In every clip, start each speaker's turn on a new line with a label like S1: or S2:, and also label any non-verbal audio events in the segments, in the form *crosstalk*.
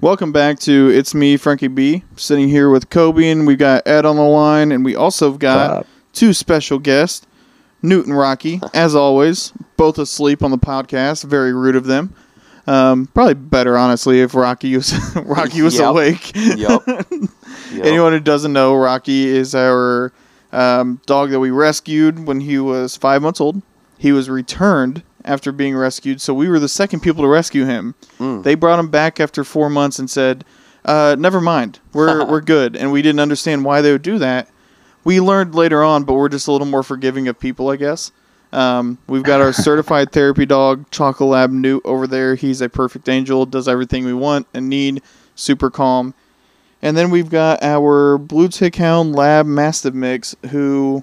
S1: Welcome back to It's Me, Frankie B. Sitting here with Kobe, and we've got Ed on the line, and we also have got
S2: Bob.
S1: two special guests, Newt and Rocky, as always, both asleep on the podcast. Very rude of them. Um, probably better, honestly, if Rocky was *laughs* Rocky was
S3: Yep.
S1: awake. *laughs*
S3: Yep. Yep. *laughs*
S1: Anyone who doesn't know, Rocky is our um, dog that we rescued when he was five months old. He was returned after being rescued, so we were the second people to rescue him. They brought him back after four months and said, uh, "Never mind, we're we're good." And we didn't understand why they would do that. We learned later on, but we're just a little more forgiving of people, I guess. Um, we've got our certified therapy dog, Chocolab Newt, over there. He's a perfect angel, does everything we want and need, super calm. And then we've got our Blue Tick Hound Lab Mastiff Mix, who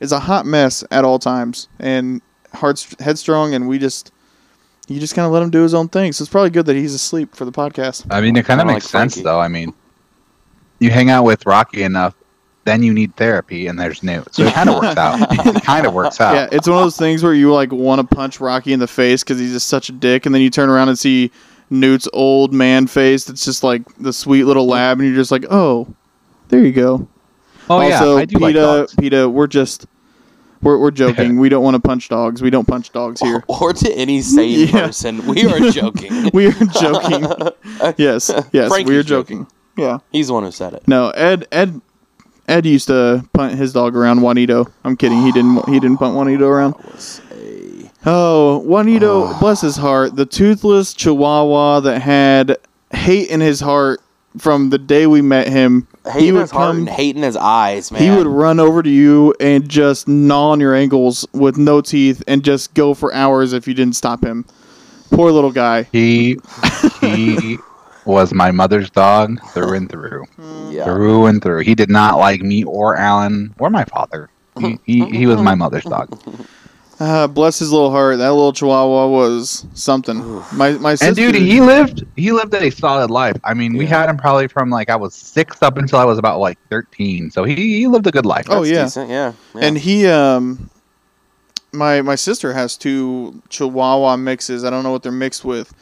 S1: is a hot mess at all times and hard, headstrong, and we just. You just kind of let him do his own thing, so it's probably good that he's asleep for the podcast.
S2: I mean, it kind
S3: Kinda
S2: of
S3: like
S2: makes sense,
S3: Frankie.
S2: though. I mean, you hang out with Rocky enough, then you need therapy, and there's new. So it kind of
S3: *laughs*
S2: works out. it kind of works out.
S1: Yeah, it's one of those things where you like want to punch Rocky in the face because he's just such a dick, and then you turn around and see Newt's old man face that's just like the sweet little lab, and you're just like, oh, there you go.
S2: oh
S1: also,
S2: yeah, I do
S1: Peta,
S2: like dogs.
S1: Peta, we're just we're,
S2: *laughs*
S1: we're joking. we don't want to punch dogs. We don't punch dogs here.
S3: Or to any sane
S1: Yeah.
S3: person, we are
S1: *laughs*
S3: joking.
S1: we are joking. yes, yes, we are
S3: Frankie's
S1: joking.
S3: joking.
S1: Yeah.
S3: He's the one who said it.
S1: No, Ed, Ed, Ed used to punt his dog around Juanito. I'm kidding. He didn't. He didn't punt Juanito around.
S3: Was a-
S1: Oh, Juanito, bless his heart, the toothless chihuahua that had hate in his heart from the day we met him.
S3: Hating his heart and hating his eyes, man.
S1: he would run over to you and just gnaw on your ankles with no teeth and just go for hours if you didn't stop him. Poor little guy.
S3: *laughs*
S2: He he was my mother's dog through and through,
S3: Yeah.
S2: through and through. He did not like me or Alan or my father. He, he, he was my mother's dog.
S1: Ah, bless his little heart. That little chihuahua was something. My my sister.
S2: And dude, he lived he lived a solid life. I mean, we
S3: Yeah.
S2: had him probably from like I was six up until I was about like thirteen. So he, he lived a good life.
S1: Oh, yeah.
S3: Decent, yeah. yeah.
S1: And he um my my sister has two chihuahua mixes. I don't know what they're mixed with.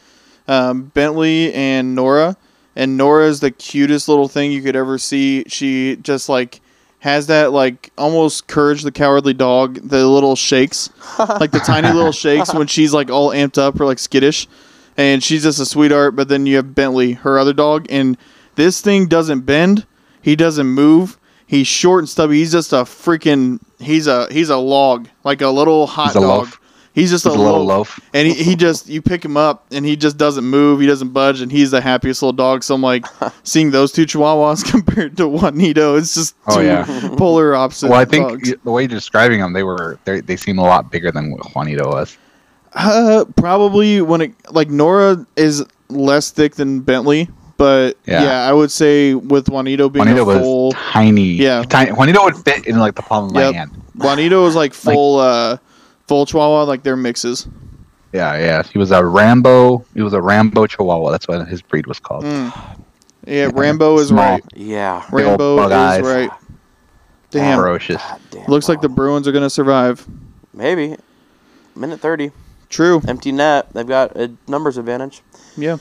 S1: Um, Bentley and Nora. And Nora is the cutest little thing you could ever see. She just like has that like almost courage the cowardly dog, the little shakes. like the tiny
S2: *laughs*
S1: little shakes when she's like all amped up or like skittish. And she's just a sweetheart, but then you have Bentley, her other dog, and this thing doesn't bend. He doesn't move. He's short and stubby. He's just a freaking he's a he's a log, like a little hot
S2: He's a
S1: dog.
S2: loaf.
S1: He's just
S2: He's
S1: a,
S2: a little
S1: loaf.
S2: loaf.
S1: And he, he just you pick him up and he just doesn't move, he doesn't budge, and he's the happiest little dog. So I'm
S2: *laughs*
S1: like seeing those two chihuahuas *laughs* compared to Juanito, it's just two
S2: Oh, yeah.
S1: polar opposite.
S2: Well, I think
S1: dogs.
S2: y- the way you're describing them, they were they, they seem a lot bigger than what Juanito was.
S1: Uh, probably when it like Nora is less thick than Bentley, but yeah,
S2: Yeah.
S1: I would say with Juanito being
S2: Juanito
S1: a
S2: was
S1: full,
S2: tiny.
S1: Yeah.
S2: tiny. Juanito would fit in like the palm of
S1: Yep.
S2: my hand.
S1: Juanito was like full, uh, full Chihuahua, like they're mixes.
S2: Yeah, yeah. He was a Rambo. He was a Rambo Chihuahua. That's what his breed was
S1: Mm,
S2: called.
S1: Yeah, Rambo is
S2: Small.
S1: right.
S3: yeah.
S2: Big old
S1: Rambo
S2: bug
S1: is
S2: eyes.
S1: right. Damn,
S2: Ferocious.
S3: God damn,
S1: *sighs* looks like the
S3: Ron.
S1: Bruins are gonna survive.
S3: maybe minute thirty
S1: True.
S3: empty net. They've got a numbers advantage.
S1: Yeah.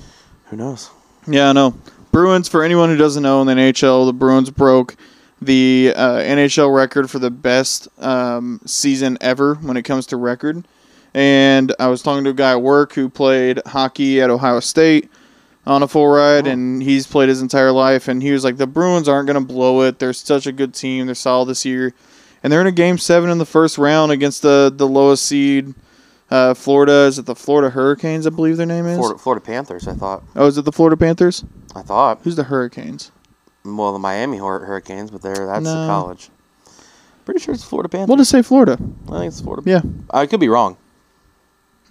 S3: Who knows?
S1: Yeah, I know. Bruins, for anyone who doesn't know, in the NHL, the Bruins broke the uh, NHL record for the best um, season ever when it comes to record. And I was talking to a guy at work who played hockey at Ohio State on a full ride, and he's played his entire life. And he was like, The Bruins aren't going to blow it. They're such a good team. They're solid this year. And they're in a game seven in the first round against the, the lowest seed. Uh, Florida is it the Florida Hurricanes? I believe their name is.
S3: Florida, Florida Panthers. I thought.
S1: Oh, is it the Florida Panthers?
S3: I thought.
S1: Who's the Hurricanes?
S3: Well, the Miami Hur- Hurricanes, but they're that's
S1: No.
S3: the college. Pretty sure it's Florida Panthers.
S1: We'll just say Florida.
S3: I think it's Florida.
S1: Yeah.
S3: I could be wrong.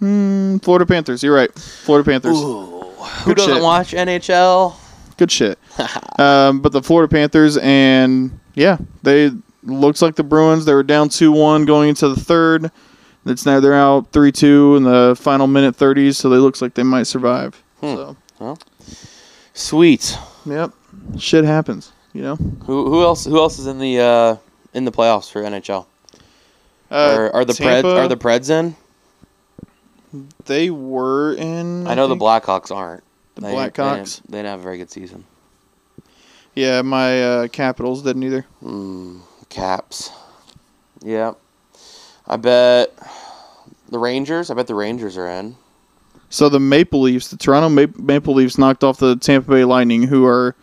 S1: Mm, Florida Panthers. You're right. Florida Panthers.
S3: Who doesn't
S1: shit.
S3: watch NHL?
S1: Good
S3: *laughs*
S1: shit. um, but the Florida Panthers and yeah, they looks like the Bruins. They were down two one going into the third. It's now they're out three two in the final minute thirties, so they looks like they might survive.
S3: Hmm.
S1: So
S3: Sweet.
S1: yep, shit happens. You know.
S3: Who who else who else is in the uh, in the playoffs for NHL?
S1: Uh,
S3: are, are the Preds
S1: Tampa,
S3: are the Preds in?
S1: they were in?
S3: I know the
S1: think-
S3: Blackhawks aren't.
S1: The
S3: They-
S1: Blackhawks.
S3: They, didn't- they didn't have a very good season.
S1: Yeah, my uh, Capitals didn't either.
S3: Mm, caps. Yeah. I bet the Rangers. I bet the Rangers are in.
S1: So the Maple Leafs, the Toronto Ma- Maple Leafs, knocked off the Tampa Bay Lightning, who are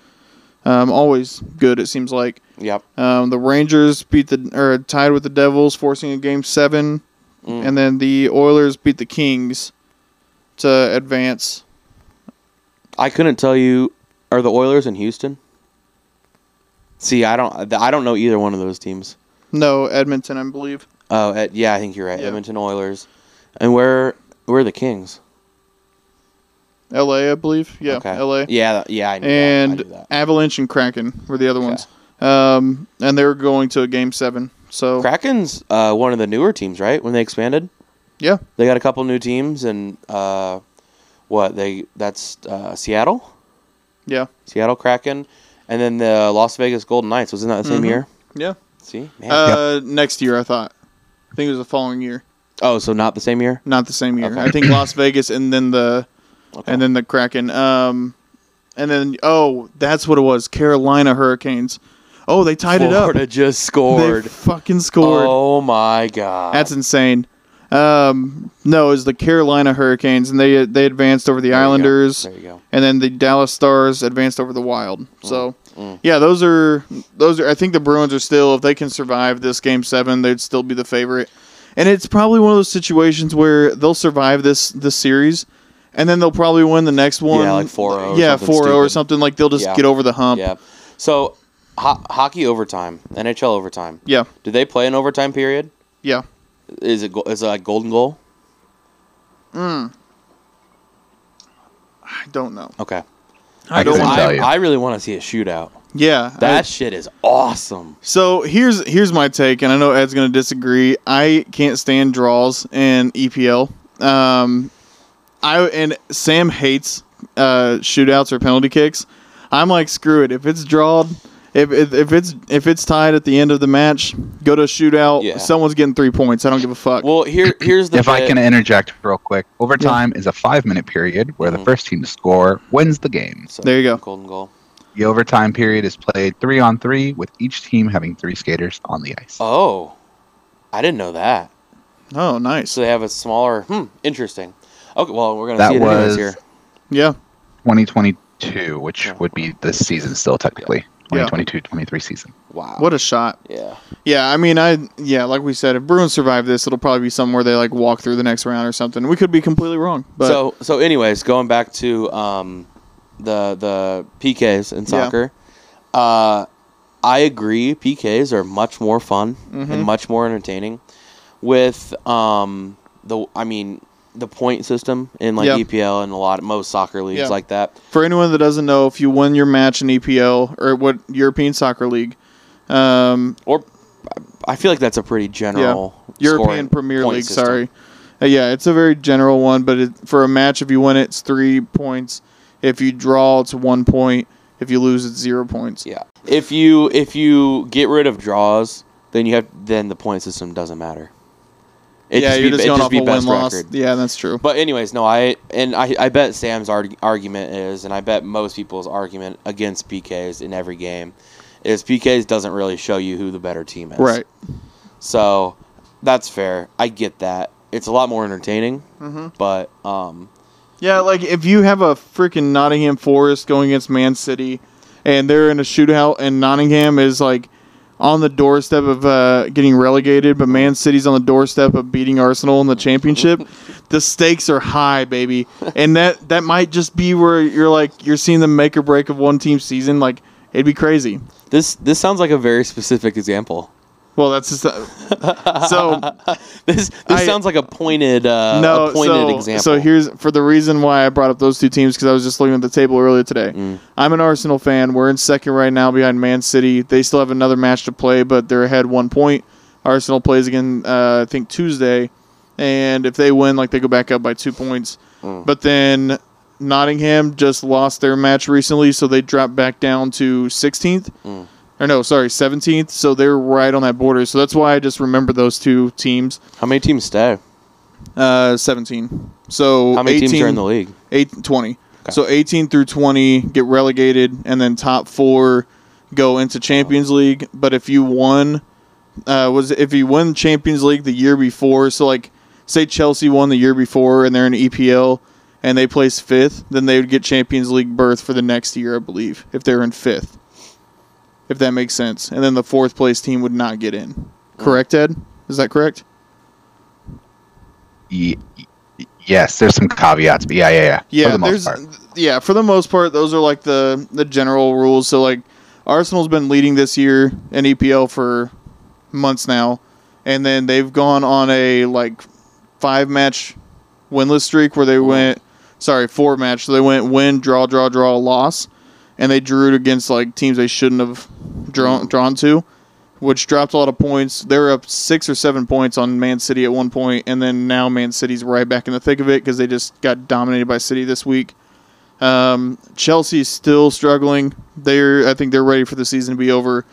S1: um, always good. It seems like
S3: Yep.
S1: um, the Rangers beat the or tied with the Devils, forcing a game seven,
S3: Mm.
S1: and then the Oilers beat the Kings to advance.
S3: I couldn't tell you. Are the Oilers in Houston? See, I don't. I don't know either one of those teams.
S1: No, Edmonton, I believe.
S3: Oh, Ed, yeah, I think you're right.
S1: Yeah.
S3: Edmonton Oilers, and where where are the Kings?
S1: L.A. I believe. Yeah,
S3: Okay.
S1: L.A.
S3: Yeah, that- yeah, I knew
S1: and
S3: that. I knew that.
S1: Avalanche and Kraken were the other
S3: Okay.
S1: ones. Um, and they were going to a game seven. So
S3: Kraken's uh, one of the newer teams, right? When they expanded,
S1: yeah,
S3: they got a couple new teams, and uh, what they that's uh, Seattle,
S1: yeah,
S3: Seattle Kraken, and then the Las Vegas Golden Knights was in that the same
S1: Mhm.
S3: year.
S1: yeah.
S3: See, man.
S1: Uh, next year I thought. I think it was the following year,
S3: oh, so not the same year.
S1: not the same year.
S3: Okay.
S1: I think
S3: *coughs*
S1: Las Vegas and then the
S3: Okay.
S1: and then the Kraken. Um, and then oh, that's what it was. Carolina Hurricanes. Oh, they tied
S3: Florida
S1: it up.
S3: just scored.
S1: They fucking scored.
S3: Oh my god.
S1: That's insane. Um, no, it was the Carolina Hurricanes, and they they advanced over the
S3: There you go.
S1: Islanders.
S3: There you go.
S1: and then the Dallas Stars advanced over the Wild. So,
S3: mm.
S1: yeah, those are those are. I think the Bruins are still, if they can survive this game seven, they'd still be the favorite. And it's probably one of those situations where they'll survive this this series, and then they'll probably win the next one.
S3: like 4-0 or
S1: Yeah,
S3: something
S1: four zero or
S3: stupid.
S1: something. Like they'll just
S3: Yeah.
S1: get over the hump. Yeah.
S3: Yeah. So ho- hockey overtime, NHL overtime.
S1: yeah,
S3: Do they play an overtime period?
S1: yeah.
S3: Is it go- is it like golden goal?
S1: Mm. I don't know.
S3: Okay.
S2: I
S1: don't
S2: couldn't
S1: know.
S2: tell
S3: I,
S2: you.
S3: I really want to see a shootout.
S1: Yeah, I-
S3: That shit is awesome.
S1: So here's here's my take, and I know Ed's gonna disagree. I can't stand draws in EPL. Um, I and Sam hates uh, shootouts or penalty kicks. I'm like, screw it. If it's drawn, if, if if it's if it's tied at the end of the match, go to a shootout.
S3: Yeah.
S1: Someone's getting three points. I don't give a fuck.
S3: Well, here here's the
S2: If I
S3: bit-
S2: can interject real quick, overtime is a five minute period where the
S3: Mhm.
S2: first team to score wins the game.
S3: So,
S1: There you go.
S3: Golden goal.
S2: The overtime period is played three on three, with each team having three skaters on the ice.
S3: Oh. I didn't know that.
S1: oh, nice.
S3: So they have a smaller. Hmm. Interesting. Okay. Well, we're gonna
S2: That
S3: see it anyways
S2: was-
S3: here.
S1: Yeah.
S2: 2022, which
S3: Yeah.
S2: would be this season still technically.
S1: Yeah.
S2: 2022 23 season.
S3: Wow.
S1: What a shot.
S3: Yeah.
S1: Yeah, I mean, I yeah, like we said, if Bruins survive this, it'll probably be somewhere they like walk through the next round or something. We could be completely wrong, but
S3: so so anyways, going back to um, the the PKs in soccer, uh, I agree. PKs are much more fun
S1: Mhm.
S3: and much more entertaining. With um, the I mean the point system in like
S1: Yeah.
S3: EPL and a lot most soccer leagues
S1: Yeah.
S3: like that.
S1: For anyone that doesn't know, if you win your match in EPL or what European Soccer League, um,
S3: Or I feel like that's a pretty general
S1: European
S3: scoring
S1: Premier
S3: point
S1: League,
S3: system.
S1: sorry. Uh, yeah, it's a very general one, but it, for a match, if you win it, it's three points. If you draw, it's one point. If you lose, it's zero points.
S3: Yeah. If you if you get rid of draws, then you have then the point system doesn't matter. It
S1: yeah, you're
S3: be-
S1: just
S3: it
S1: going off
S3: be
S1: a win
S3: best
S1: loss.
S3: record.
S1: Yeah, that's true.
S3: But anyways, no, I and I, I bet Sam's arg- argument is, and I bet most people's argument against PKs in every game is PKs doesn't really show you who the better team is.
S1: Right.
S3: So that's fair. I get that. It's a lot more entertaining,
S1: Mhm.
S3: but um,
S1: Yeah, like if you have a freaking Nottingham Forest going against Man City, and they're in a shootout, and Nottingham is like on the doorstep of uh, getting relegated, but Man City's on the doorstep of beating Arsenal in the championship. the stakes are high, baby, and that that might just be where you're like you're seeing the make or break of one team season. Like it'd be crazy.
S3: this this sounds like a very specific example. *laughs*
S1: Well, that's just uh, so.
S3: This this
S1: I-
S3: sounds like a pointed uh,
S1: no,
S3: a pointed
S1: so,
S3: example.
S1: So here's for the reason why I brought up those two teams because I was just looking at the table earlier today.
S3: Mm.
S1: I'm an Arsenal fan. We're in second right now behind Man City. They still have another match to play, but they're ahead one point. Arsenal plays again, uh, I think Tuesday, and if they win, like they go back up by two points.
S3: Mm.
S1: But then Nottingham just lost their match recently, so they dropped back down to 16th.
S3: Mm.
S1: Or no, sorry, 17th. So they're right on that border. So that's why I just remember those two teams.
S3: How many teams stay?
S1: Uh, 17. So
S3: How many
S1: 18,
S3: teams are in the league?
S1: eight- 20. So 18 through 20 get relegated, and then top four go into Champions League. But if you won, uh, was if you win Champions League the year before, so like say Chelsea won the year before and they're in EPL and they place fifth, then they would get Champions League berth for the next year, I believe, if they're in fifth. If that makes sense, and then the fourth place team would not get in. Correct, Ed? Is that correct?
S2: Ye- yes, there's some caveats, but yeah, yeah, yeah.
S1: Yeah,
S2: for the most
S1: there's
S2: part.
S1: yeah, for the most part, those are like the the general rules. So like, Arsenal's been leading this year in EPL for months now, and then they've gone on a like five match winless streak where they went sorry four match. So they went win, draw, draw, draw, loss, and they drew it against like teams they shouldn't have drawn drawn to. Which dropped a lot of points. They were up six or seven points on Man City at one point, and then now Man City's right back in the thick of it because they just got dominated by City this week. Um, Chelsea's still struggling. They're I think they're ready for the season to be over.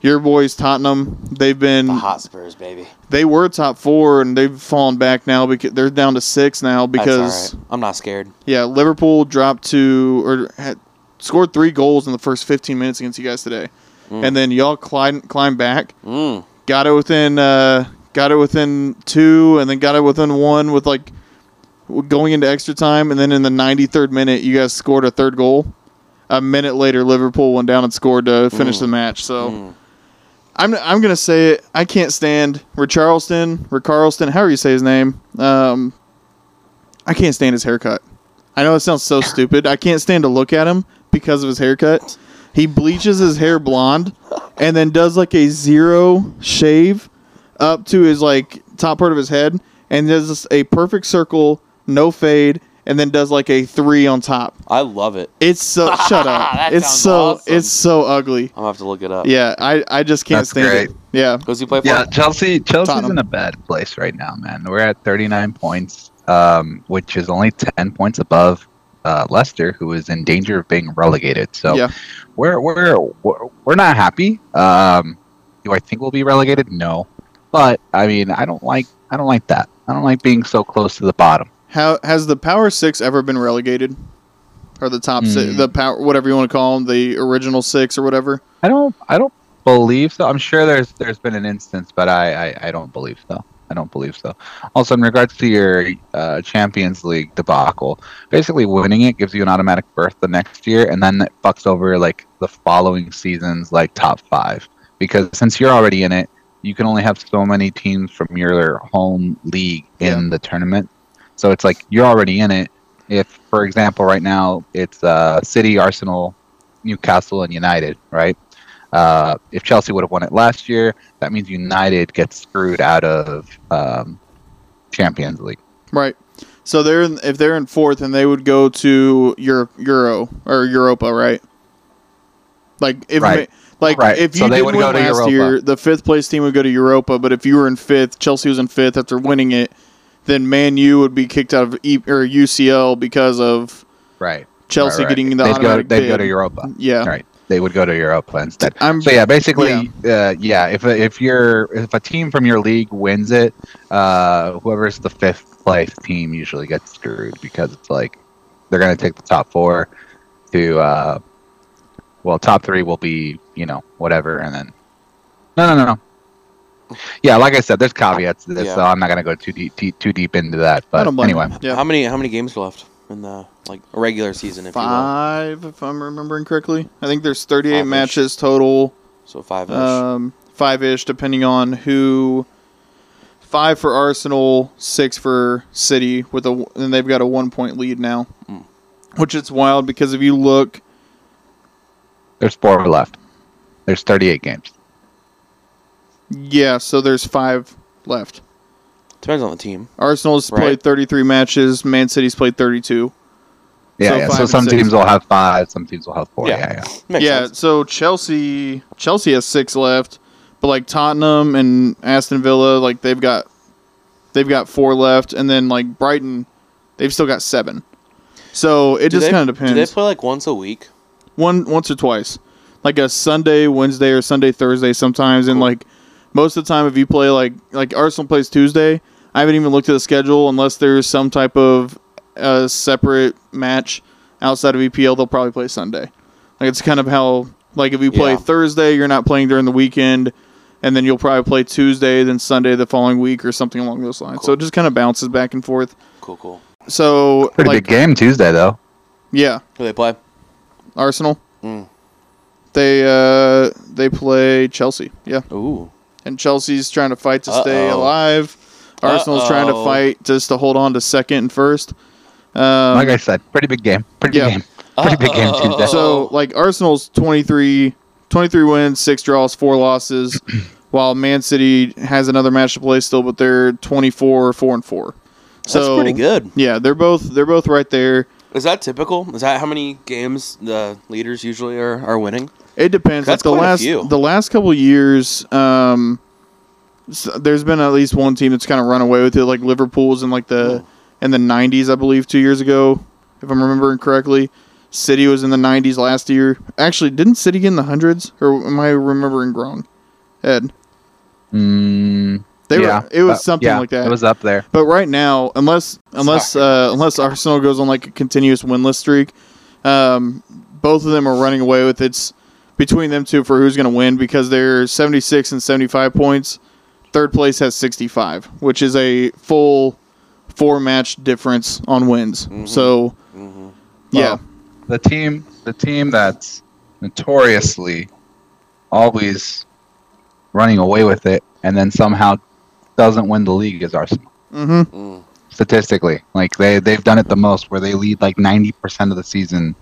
S1: Your boys Tottenham, they've been
S3: The Hotspurs, baby.
S1: they were top four and they've fallen back now because they're down to six now
S3: That's
S1: because
S3: all right. I'm not scared.
S1: yeah Liverpool dropped to or had scored three goals in the first 15 minutes against you guys today, and then y'all climbed climbed back,
S3: Mm.
S1: got it within uh, got it within two, and then got it within one with like going into extra time, and then in the 93rd minute you guys scored a third goal. A minute later, Liverpool went down and scored to finish the match. So. I'm I'm gonna say it. I can't stand Richarlison, Ricarlson, however you say his name. Um, I can't stand his haircut. I know it sounds so stupid. I can't stand to look at him because of his haircut. He bleaches his hair blonde, and then does like a zero shave up to his like top part of his head, and does this- a perfect circle, no fade, and then does like a three on top.
S3: I love it.
S1: It's so
S3: *laughs*
S1: shut up.
S3: That
S1: It's
S3: sounds
S1: so
S3: awesome.
S1: it's so ugly.
S3: I'm gonna have to look it up.
S1: Yeah, I, I just can't
S2: That's
S1: stand it.
S2: great.
S1: Yeah.
S3: Who's he play for?
S2: Yeah, Chelsea. Chelsea's
S1: Tottenham.
S2: in a bad place right now, man. We're at 39 points, um, which is only 10 points above uh, Leicester, who is in danger of being relegated. So
S1: Yeah.
S2: we're we're we're we're not happy. Um, do I think we'll be relegated? No, but I mean, I don't like I don't like that. I don't like being so close to the bottom.
S1: How has the Power Six ever been relegated, or the top six,
S2: Hmm.
S1: the power, whatever you want to call them, the original six or whatever?
S2: I don't I don't believe so. I'm sure there's there's been an instance, but I I, I don't believe so. I don't believe so. Also, in regards to your uh, Champions League debacle, basically winning it gives you an automatic berth the next year, and then it fucks over like the following season's like top five because since you're already in it, you can only have so many teams from your home league in the tournament. So it's like you're already in it. If, for example, right now it's uh, City, Arsenal, Newcastle, and United, right? Uh, if Chelsea would have won it last year, that means United gets screwed out of um, Champions League.
S1: Right. So they're in, if they're in fourth, and they would go to Euro, Euro or Europa, right? Like if
S2: Right.
S1: ma- like
S2: Right.
S1: if you
S2: So they
S1: did
S2: would
S1: win
S2: go to
S1: last
S2: Europa.
S1: year, the fifth place team would go to Europa. But if you were in fifth, Chelsea was in fifth after winning it, then Man U would be kicked out of e- or UCL because of
S2: Right.
S1: Chelsea
S2: right.
S1: getting the
S2: they'd go,
S1: automatic
S2: they'd go
S1: bid.
S2: to Europa.
S1: Yeah.
S2: Right. They would go to Europa instead.
S1: I'm-
S2: so yeah, basically, Uh, yeah. If if you're if a team from your league wins it, uh, whoever's the fifth place team usually gets screwed because it's like they're gonna take the top four to uh, well, top three will be you know whatever, and then no, no, no, no. Yeah, like I said, there's caveats to this,
S3: Yeah.
S2: so I'm not gonna go too deep too, too deep into that. But
S1: I don't blame you.
S2: anyway,
S1: Yeah.
S3: How many how many games are left in the like a regular season if you will?
S1: five, if I'm remembering correctly. I think there's 38
S3: Five-ish.
S1: matches total,
S3: So five ish.
S1: um, five ish, depending on who. Five for Arsenal, six for City, with a and they've got a one point lead now,
S3: Hmm.
S1: which is wild because if you look,
S2: there's four left. There's 38 games.
S1: yeah, so there's five left.
S3: Depends on the team.
S1: Arsenal's
S3: Right.
S1: played 33 matches, Man City's played 32.
S2: Yeah,
S1: So
S2: yeah.
S1: five
S2: so
S1: and
S2: some
S1: six.
S2: teams will have five, some teams will have four.
S3: Yeah.
S2: Yeah, yeah.
S3: Makes
S1: yeah,
S3: sense.
S1: so Chelsea Chelsea has six left, but like Tottenham and Aston Villa, like they've got they've got four left, and then like Brighton, they've still got seven. So it
S3: Do
S1: just
S3: they-
S1: kind of
S3: Do they
S1: depends.
S3: play like once a week?
S1: One once or twice, like a Sunday, Wednesday, or Sunday, Thursday sometimes, and like most of the time, if you play like like Arsenal plays Tuesday, I haven't even looked at the schedule unless there's some type of uh, separate match outside of EPL, they'll probably play Sunday. Like it's kind of how like if you play
S3: Yeah.
S1: Thursday, you're not playing during the weekend, and then you'll probably play Tuesday, then Sunday the following week or something along those lines. So it just kind of bounces back and forth.
S3: Cool, cool.
S1: So
S2: Pretty
S1: like
S2: big game Tuesday though.
S1: yeah,
S3: Who they play?
S1: Arsenal.
S3: Mm.
S1: They uh they play Chelsea. Yeah.
S3: Ooh.
S1: and Chelsea's trying to fight to stay
S3: Uh-oh.
S1: alive. Arsenal's trying to
S3: Uh-oh.
S1: fight just to hold on to second and first. Um,
S2: like I said, pretty big game. Pretty
S1: yeah.
S2: big game. Pretty big game Tuesday.
S1: so, like Arsenal's 23, 23 wins, six draws, four losses, *clears throat* while Man City has another match to play still, but they're 24, four and four. So
S3: That's pretty good.
S1: Yeah, they're both they're both right there.
S3: Is that typical? Is that how many games the leaders usually are, are winning?
S1: It depends.
S3: That's
S1: like the
S3: quite a
S1: last
S3: few.
S1: the last couple of years, um, s there's been at least one team that's kind of run away with it. Like Liverpool's in like the
S3: Hmm.
S1: in the 90s, I believe, two years ago, if I'm remembering correctly. City was in the 90s last year. Actually, didn't City get in the hundreds, or am I remembering wrong? Ed,
S2: Mm,
S1: they
S2: yeah,
S1: were. It was
S2: but-
S1: something
S2: yeah,
S1: like that.
S2: It was up there.
S1: But right now, unless unless uh, unless Arsenal goes on like a continuous winless streak, um, both of them are running away with it's between them two for who's going to win because they're 76 and 75 points. Third place has 65, which is a full four match difference on wins. So,
S3: Mm-hmm.
S1: yeah,
S2: the team the team that's notoriously always running away with it and then somehow doesn't win the league is Arsenal.
S1: hmm
S3: Mm.
S2: Statistically, like they they've done it the most where they lead like 90% of the season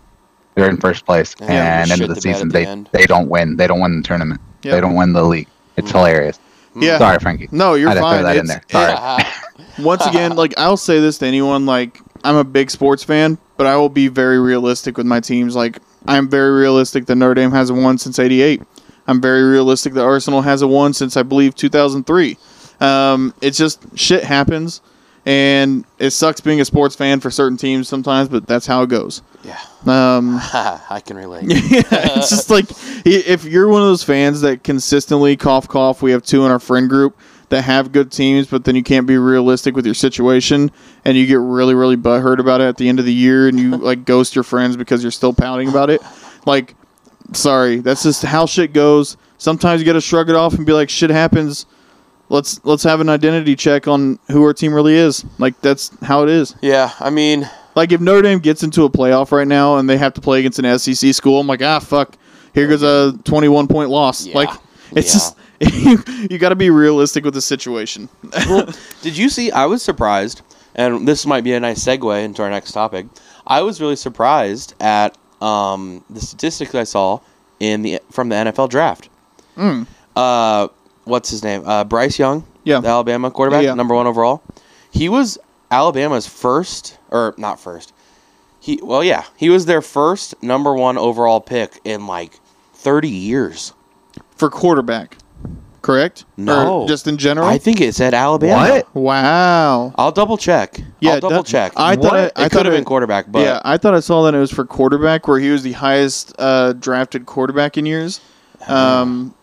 S2: they're in first place
S3: Yeah, they
S2: and
S3: shit
S2: end of
S3: the
S2: the
S3: bed
S2: season
S3: at the
S2: they
S3: end.
S2: they don't win. They don't win the tournament.
S1: Yeah.
S2: They don't win the league. It's
S3: Mm.
S2: hilarious.
S1: yeah.
S2: Sorry, Frankie.
S1: No, you're
S2: I had to
S1: fine.
S2: throw that in
S1: It's-
S2: there. Sorry.
S1: once again, like I'll say this to anyone, like I'm a big sports fan, but I will be very realistic with my teams. Like I'm very realistic that Notre Dame hasn't won since '88. I'm very realistic that Arsenal hasn't won since I believe 2003. Um, it's just shit happens, and it sucks being a sports fan for certain teams sometimes, but that's how it goes.
S3: *laughs* yeah.
S1: Um,
S3: I can relate.
S1: *laughs* yeah, it's just like i- if you're one of those fans that consistently cough cough. We have two in our friend group that have good teams, but then you can't be realistic with your situation, and you get really really butthurt about it at the end of the year, and you like ghost your friends because you're still pouting about it. Like, sorry, that's just how shit goes. Sometimes you got to shrug it off and be like, shit happens. Let's let's have an identity check on who our team really is. Like that's how it is.
S3: Yeah, I mean,
S1: Like if Notre Dame gets into a playoff right now and they have to play against an SEC school, I'm like, ah, fuck. Here goes a 21 point loss.
S3: Yeah.
S1: Like it's
S3: Yeah.
S1: just *laughs* you, you got to be realistic with the situation.
S3: well, did you see? I was surprised, and this might be a nice segue into our next topic. I was really surprised at um, the statistics I saw in the from the NFL draft.
S1: Mm.
S3: Uh, what's his name? Uh, Bryce Young,
S1: Yeah.
S3: the Alabama quarterback,
S1: Yeah.
S3: number one overall. He was Alabama's first, or not first. He well, yeah, he was their first number one overall pick in like thirty years.
S1: For quarterback, correct?
S3: No.
S1: Or just in general.
S3: I think it said Alabama.
S2: What?
S1: wow.
S3: I'll double check.
S1: Yeah,
S3: I'll double
S1: that-
S3: check.
S1: I thought I-
S3: it
S1: I
S3: could
S1: thought
S3: have
S1: it-
S3: been quarterback, but
S1: yeah, I thought I saw that it was for quarterback, where he was the highest uh, drafted quarterback in years.
S3: Uh-huh.
S1: Um,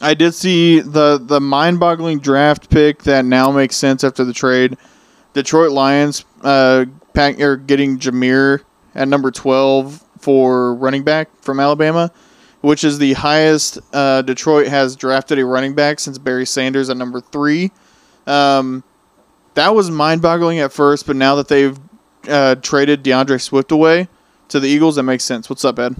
S1: I did see the the mind boggling draft pick that now makes sense after the trade. Detroit Lions uh, pack, or getting Jameer at number twelve for running back from Alabama, which is the highest uh, Detroit has drafted a running back since Barry Sanders at number three. Um, that was mind boggling at first, but now that they've uh, traded DeAndre Swift away to the Eagles, that makes sense. What's up, Ed?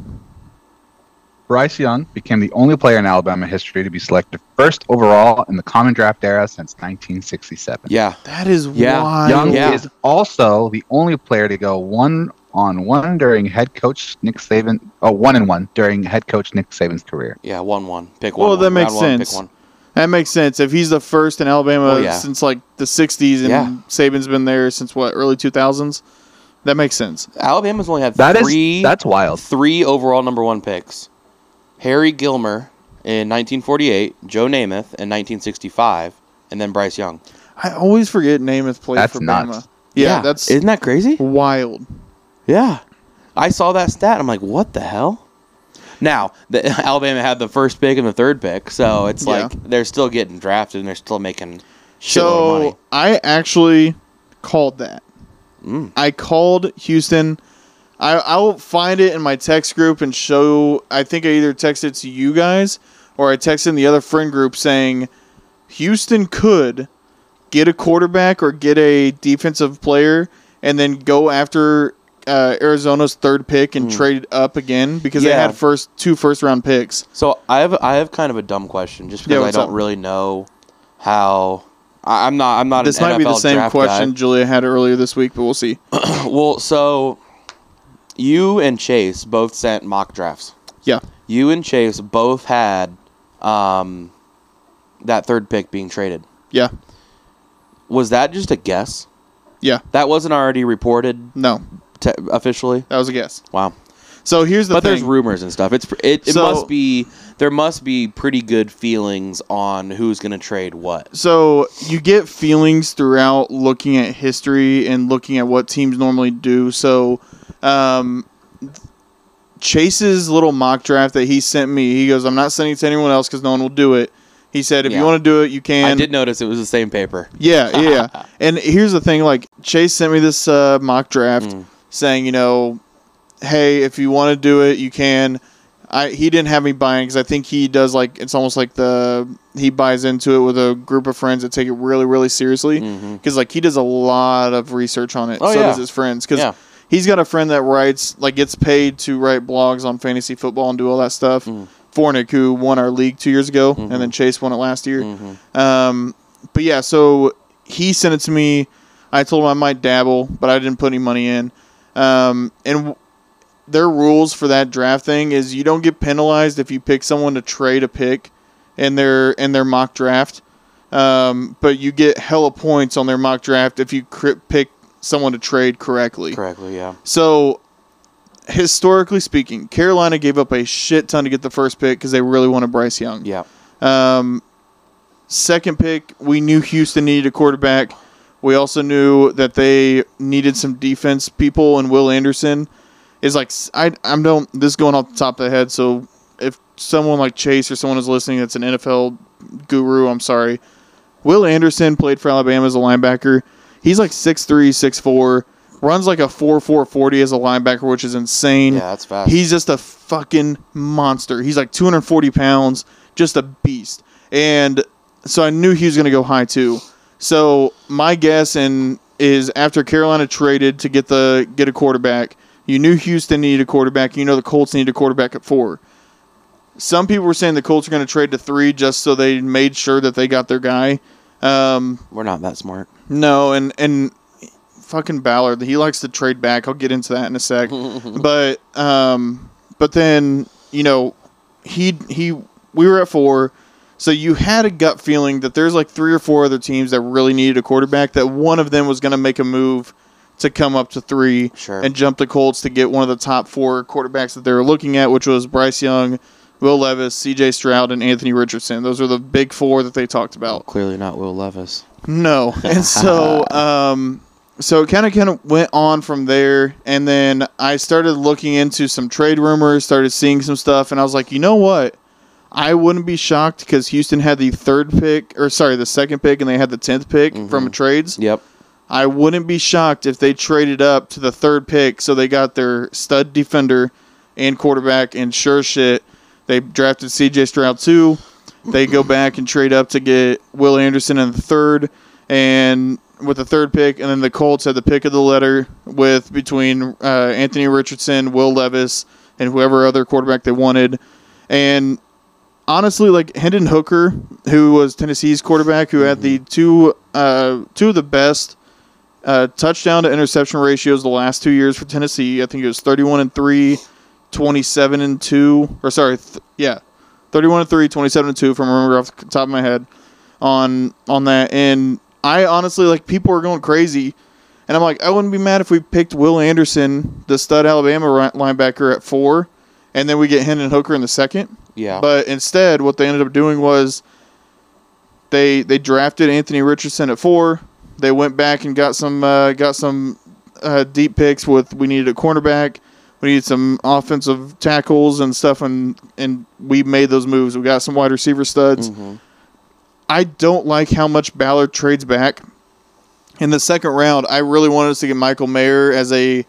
S2: Bryce Young became the only player in Alabama history to be selected first overall in the common draft era since 1967.
S3: yeah,
S1: That is
S3: Yeah.
S1: wild.
S2: Young
S3: Yeah.
S2: is also the only player to go one on one during head coach Nick Saban. Oh, one and one during head coach Nick Saban's career.
S3: yeah, one one. Pick one.
S1: Well, that
S3: one.
S1: makes
S3: Round one, pick
S1: sense.
S3: one.
S1: That makes sense. If he's the first in Alabama
S3: Oh, yeah.
S1: since like the '60s, and
S3: Yeah.
S1: Saban's been there since what early 2000s, that makes sense.
S3: Alabama's only had
S2: That is
S3: three
S2: that's wild.
S3: three overall number one picks. Harry Gilmer in 1948, Joe Namath in 1965, and then Bryce Young.
S1: I always forget Namath played
S2: That's
S1: for
S2: nuts.
S1: Bama. Yeah, that's
S3: isn't that crazy?
S1: wild.
S3: Yeah, I saw that stat. I'm like, what the hell? Now, the, *laughs* Alabama had the first pick and the third pick, so it's
S1: Yeah.
S3: like they're still getting drafted and they're still making shitload of money.
S1: So I actually called that.
S3: Mm.
S1: I called Houston. I I'll find it in my text group and show. I think I either text it to you guys or I text in the other friend group saying Houston could get a quarterback or get a defensive player and then go after uh, Arizona's third pick and trade up again because they
S3: Hmm. Yeah.
S1: had first two first round picks.
S3: So I have I have kind of a dumb question just
S1: Yeah,
S3: because I
S1: what's
S3: don't
S1: up?
S3: really know how I, I'm not I'm not
S1: This
S3: an
S1: might be the
S3: NFL
S1: same
S3: draft
S1: question
S3: guy.
S1: Julia had earlier this week, but we'll see.
S3: *laughs* Well, so you and Chase both sent mock drafts.
S1: Yeah.
S3: You and Chase both had um, that third pick being traded.
S1: Yeah.
S3: Was that just a guess?
S1: Yeah.
S3: That wasn't already reported
S1: No.
S3: te- officially.
S1: That was a guess.
S3: Wow.
S1: So here's the
S3: but
S1: thing.
S3: there's rumors and stuff. It's pr- it, it
S1: So-
S3: must be there must be pretty good feelings on who's going to trade what.
S1: so you get feelings throughout looking at history and looking at what teams normally do. So um, Chase's little mock draft that he sent me, he goes, "I'm not sending it to anyone else because no one will do it." He said, "If you
S3: Yeah.
S1: want to do it, you can."
S3: I did notice it was the same paper.
S1: Yeah, yeah. and here's the thing: like Chase sent me this uh, mock draft saying, you know, hey, if you want to do it, you can. I he didn't have me buying because I think he does like it's almost like the he buys into it with a group of friends that take it really really
S3: Mm.
S1: seriously because
S3: Mm-hmm.
S1: Mm-hmm. like he does a lot of research on it.
S3: Oh,
S1: so
S3: yeah.
S1: does his friends because
S3: Yeah.
S1: he's got a friend that writes like gets paid to write blogs on fantasy football and do all that stuff.
S3: Mm.
S1: Fornick, who won our league two years ago,
S3: Mm-hmm.
S1: and then Chase won it last year. Um, but yeah, so he sent it to me. I told him I might dabble, but I didn't put any money in. Um, and w- their rules for that draft thing is you don't get penalized if you pick someone to trade a pick in their in their mock draft, um, but you get hella points on their mock draft if you cri- pick someone to trade correctly.
S3: Correctly, yeah.
S1: So, historically speaking, Carolina gave up a shit ton to get the first pick because they really wanted Bryce Young.
S3: Yeah.
S1: Um, second pick, we knew Houston needed a quarterback. We also knew that they needed some defense people, and Will Anderson is like s- I I'm don't this is going off the top of the head. So if someone like Chase or someone is listening that's an NFL guru, I'm sorry. Will Anderson played for Alabama as a linebacker. He's like 6'3", 6'4", runs like a 4'4", 40 as a linebacker, which is insane.
S3: Yeah, that's fast.
S1: He's just a fucking monster. He's like 240 pounds, just a beast. And so I knew he was going to go high too. So my guess and is after Carolina traded to get the get a quarterback, you knew Houston needed a quarterback. You know the Colts needed a quarterback at four. Some people were saying the Colts are going to trade to three just so they made sure that they got their guy. Um,
S3: We're not that smart.
S1: no, and and fucking Ballard, he likes to trade back. I'll get into that in a sec. but um, but then you know, he he we were at four, so you had a gut feeling that there's like three or four other teams that really needed a quarterback. That one of them was going to make a move to come up to three
S3: Sure.
S1: and jump the Colts to get one of the top four quarterbacks that they were looking at, which was Bryce Young. Will Levis, C.J. Stroud, and Anthony Richardson. Those are the big four that they talked about.
S3: Clearly not Will Levis.
S1: No, *laughs* and so um, so it kind of kind of went on from there, and then I started looking into some trade rumors, started seeing some stuff, and I was like, you know what? I wouldn't be shocked because Houston had the third pick, or sorry, the second pick, and they had the tenth pick from trades.
S3: Yep.
S1: I wouldn't be shocked if they traded up to the third pick, so they got their stud defender and quarterback, and sure shit, they drafted C.J. Stroud too. They go back and trade up to get Will Anderson in the third, and with the third pick, and then the Colts had the pick of the letter with between uh, Anthony Richardson, Will Levis, and whoever other quarterback they wanted, and honestly, like Hendon Hooker, who was Tennessee's quarterback, who had the two uh, two of the best uh, touchdown to interception ratios the last two years for Tennessee. I think it was 31 and 3, 27 and 2, or sorry, th- yeah, 31 and 3, 27 and 2, if I remember off the top of my head on on that. And I honestly, like, people are going crazy. And I'm like, I wouldn't be mad if we picked Will Anderson, the stud Alabama ri- linebacker, at four, and then we get Hendon Hooker in the second.
S3: Yeah.
S1: But instead, what they ended up doing was they they drafted Anthony Richardson at four. They went back and got some uh, got some uh, deep picks with we needed a cornerback, we needed some offensive tackles and stuff, and and we made those moves. We got some wide receiver studs. I don't like how much Ballard trades back. In the second round, I really wanted us to get Michael Mayer as a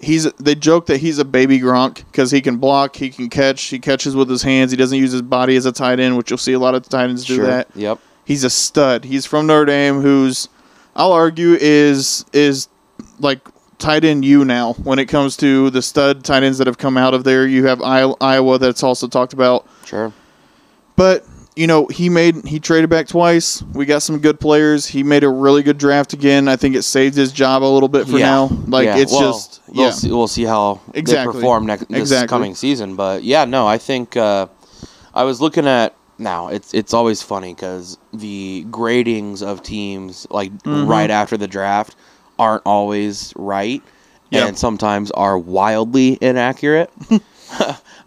S1: he's they joke that he's a baby Gronk because he can block, he can catch, he catches with his hands. He doesn't use his body as a tight end, which you'll see a lot of tight ends do that.
S3: Yep.
S1: He's a stud. He's from Notre Dame, who's I'll argue is is like tight end you now when it comes to the stud tight ends that have come out of there. You have I- Iowa that's also talked about.
S3: Sure.
S1: But you know, he made he traded back twice. We got some good players. He made a really good draft again. I think it saved his job a little bit for now. Like
S3: Yeah.
S1: it's
S3: Well,
S1: just
S3: we'll
S1: yeah.
S3: see, we'll see how
S1: Exactly.
S3: they perform next this
S1: Exactly.
S3: coming season. But yeah, no, I think uh, I was looking at now. It's it's always funny because the gradings of teams like
S1: Mm-hmm.
S3: right after the draft aren't always right,
S1: Yeah.
S3: and sometimes are wildly
S1: *laughs*
S3: inaccurate.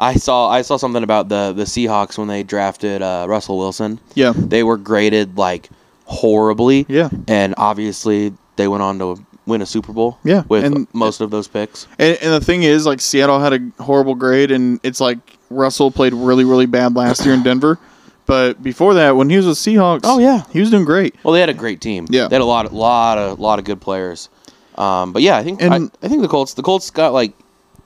S3: I saw I saw something about the the Seahawks when they drafted uh, Russell Wilson.
S1: Yeah.
S3: They were graded like horribly.
S1: Yeah.
S3: And obviously they went on to win a Super Bowl.
S1: Yeah,
S3: With
S1: and-
S3: most of those picks.
S1: And, and the thing is, like Seattle had a horrible grade, and it's like Russell played really, really bad last year in Denver. But before that, when he was with Seahawks,
S3: Oh, yeah.
S1: he was doing great.
S3: Well, they had a great team.
S1: Yeah.
S3: They had a lot lot of lot of good players. Um, but yeah, I think
S1: And-
S3: I, I think the Colts the Colts got like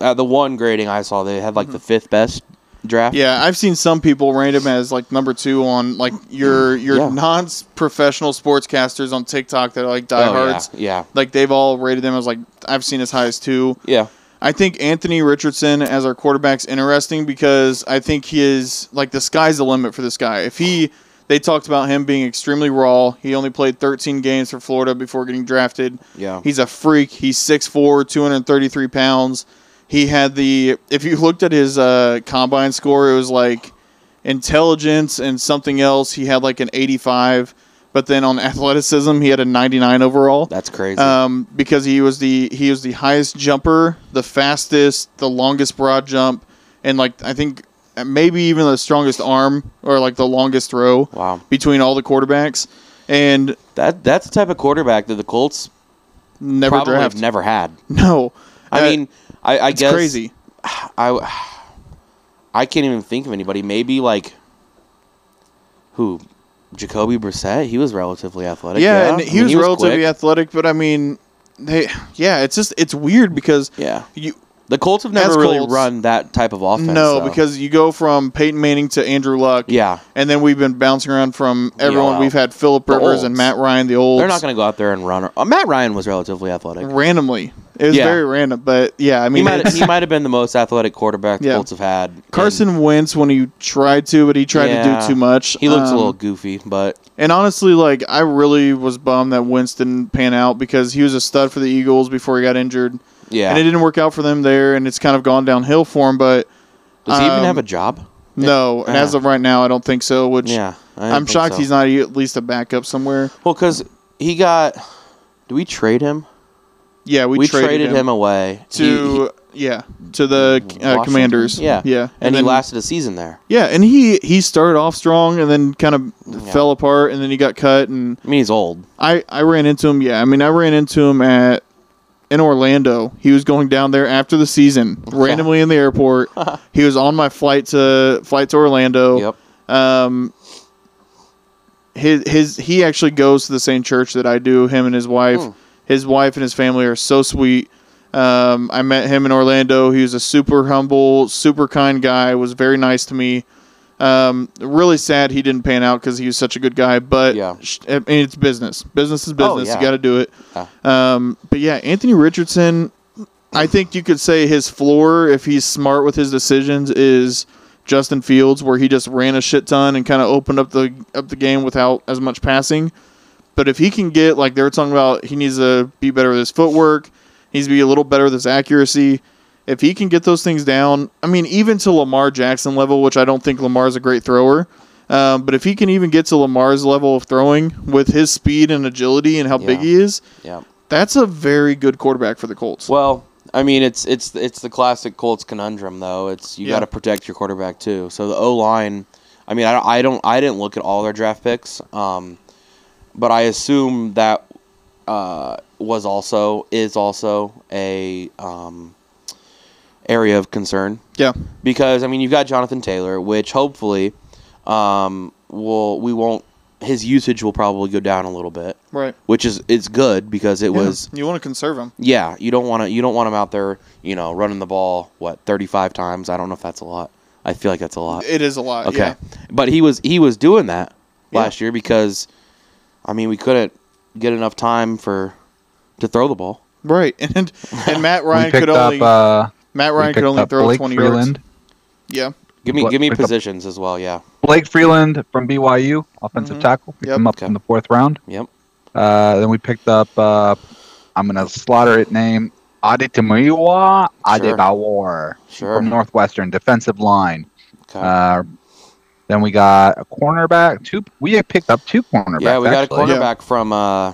S3: uh, the one grading I saw they had like the fifth best draft.
S1: Mm-hmm. Yeah, I've seen some people rate him as like number two on like your your
S3: Yeah.
S1: non-professional sportscasters on TikTok that are like
S3: Oh,
S1: diehards.
S3: yeah.
S1: Like they've all rated them as like I've seen as high as two.
S3: Yeah.
S1: I think Anthony Richardson as our quarterback's interesting because I think he is like the sky's the limit for this guy. If he they talked about him being extremely raw. He only played 13 games for Florida before getting drafted.
S3: Yeah.
S1: He's a freak. He's 6'4, 233 pounds. He had the if you looked at his uh, combine score, it was like intelligence and something else. He had like an 85, but then on *laughs* athleticism, he had a 99 overall.
S3: That's crazy.
S1: Um, because he was the he was the highest jumper, the fastest, the longest broad jump, and like I think maybe even the strongest arm or like the longest throw
S3: Wow.
S1: between all the quarterbacks, and
S3: that that's the type of quarterback that the Colts
S1: never
S3: probably
S1: draft.
S3: have never had.
S1: *laughs* no,
S3: I
S1: Uh,
S3: mean, I, I
S1: it's
S3: guess
S1: crazy.
S3: I *sighs* I can't even think of anybody. Maybe like who? Jacoby Brissett. He was relatively athletic.
S1: yeah, and
S3: I
S1: he
S3: mean,
S1: was, relatively
S3: quick.
S1: athletic, but I mean, they yeah, it's just it's weird because
S3: Yeah,
S1: you
S3: the Colts have
S1: As
S3: never really
S1: Colts-
S3: run that type of offense.
S1: no
S3: though.
S1: because you go from Peyton Manning to Andrew Luck,
S3: yeah,
S1: and then we've been bouncing around from everyone.
S3: wow.
S1: We've had Philip
S3: The
S1: Rivers and
S3: olds.
S1: Matt Ryan, the old.
S3: they're not going to go out there and run. Uh, Matt Ryan was relatively athletic.
S1: randomly. It was
S3: Yeah.
S1: very random, but yeah, I
S3: He
S1: mean,
S3: might
S1: it's-
S3: he might have been the most athletic quarterback the
S1: Yeah.
S3: Colts have had.
S1: Carson Wentz when he tried to, but he tried to
S3: Yeah.
S1: do too much.
S3: And he looks
S1: Um,
S3: a little goofy, but
S1: And honestly, like I really was bummed that Wentz didn't pan out because he was a stud for the Eagles before he got injured,
S3: yeah.
S1: and it didn't work out for them there, and it's kind of gone downhill for him. But
S3: Does he even
S1: um,
S3: have a job?
S1: no, and as of right now, I don't think so. Which
S3: uh, Yeah, I
S1: I'm
S3: think
S1: shocked
S3: so.
S1: he's not e, at least a backup somewhere.
S3: Well, because he got. Do we trade him?
S1: Yeah, we,
S3: We, traded, him. away
S1: to
S3: He- he-
S1: yeah to the uh,
S3: Washington?
S1: Commanders.
S3: Yeah,
S1: yeah,
S3: and, he
S1: then-
S3: lasted a season there.
S1: Yeah, and he he started off strong and then kind of fell apart and then he got cut and
S3: I mean, he's old.
S1: I I ran into him. Yeah, I mean I ran into him at in Orlando. He was going down there after the season randomly in the airport. he was on my flight to flight to Orlando.
S3: Yep.
S1: Um his his he actually goes to the same church that I do, him and his wife. His wife and his family are so sweet. Um, I met him in Orlando. He was a super humble, super kind guy. Was very nice to me. Um, really sad he didn't pan out because he was such a good guy. But
S3: Yeah.
S1: sh- I mean, it's business. Business is
S3: Oh,
S1: business.
S3: yeah.
S1: You got to do it. Um, but yeah, Anthony Richardson. I think you could say his floor, if he's smart with his decisions, is Justin Fields, where he just ran a shit ton and kind of opened up the up the game without as much passing. But if he can get like they were talking about, he needs to be better with his footwork. He needs to be a little better with his accuracy. If he can get those things down, I mean, even to Lamar Jackson level, which I don't think Lamar's a great thrower, um, but if he can even get to Lamar's level of throwing with his speed and agility and how big
S3: Yeah.
S1: he is,
S3: Yeah.
S1: that's a very good quarterback for the Colts.
S3: Well, I mean, it's it's it's the classic Colts conundrum, though. It's you
S1: Yeah.
S3: got to protect your quarterback too. So the O line, I mean, I don't, I don't I didn't look at all their draft picks, um, but I assume that uh, was also is also a um, area of concern
S1: yeah,
S3: because I mean you've got Jonathan Taylor, which hopefully um, will we won't his usage will probably go down a little bit,
S1: Right.
S3: which is it's good because it
S1: Yeah.
S3: was
S1: You want to conserve him.
S3: yeah, you don't want to you don't want him out there, you know, running the ball what 35 times. I don't know if that's a lot. I feel like that's a lot.
S1: It is a lot.
S3: Okay.
S1: Yeah.
S3: But he was he was doing that
S1: Yeah.
S3: last year because I mean, we couldn't get enough time for to throw the ball.
S1: Right. *laughs* And and Matt Ryan
S2: we picked
S1: could only
S2: up. Uh,
S1: Matt
S2: we
S1: Ryan could
S2: picked
S1: only
S2: up
S1: throw
S2: Blake
S1: 20 yards.
S2: Freeland.
S1: Yeah.
S3: Give me
S2: What-
S3: give me
S2: pick up-
S3: positions as well, yeah.
S2: Blake Freeland from BYU, offensive
S1: Mhm.
S2: tackle. Picked
S1: Yep.
S2: him up
S3: Okay.
S2: in the fourth round.
S3: Mm-hmm. Yep.
S2: Uh, then we picked up. Uh, I'm gonna slaughter it name. Adetimiwa Adebawor
S3: Sure.
S2: from Northwestern defensive line.
S3: Okay.
S2: Uh, then we got a cornerback. Two. We had picked up two cornerbacks.
S3: yeah, we got a
S2: actually.
S1: Yeah.
S3: cornerback from uh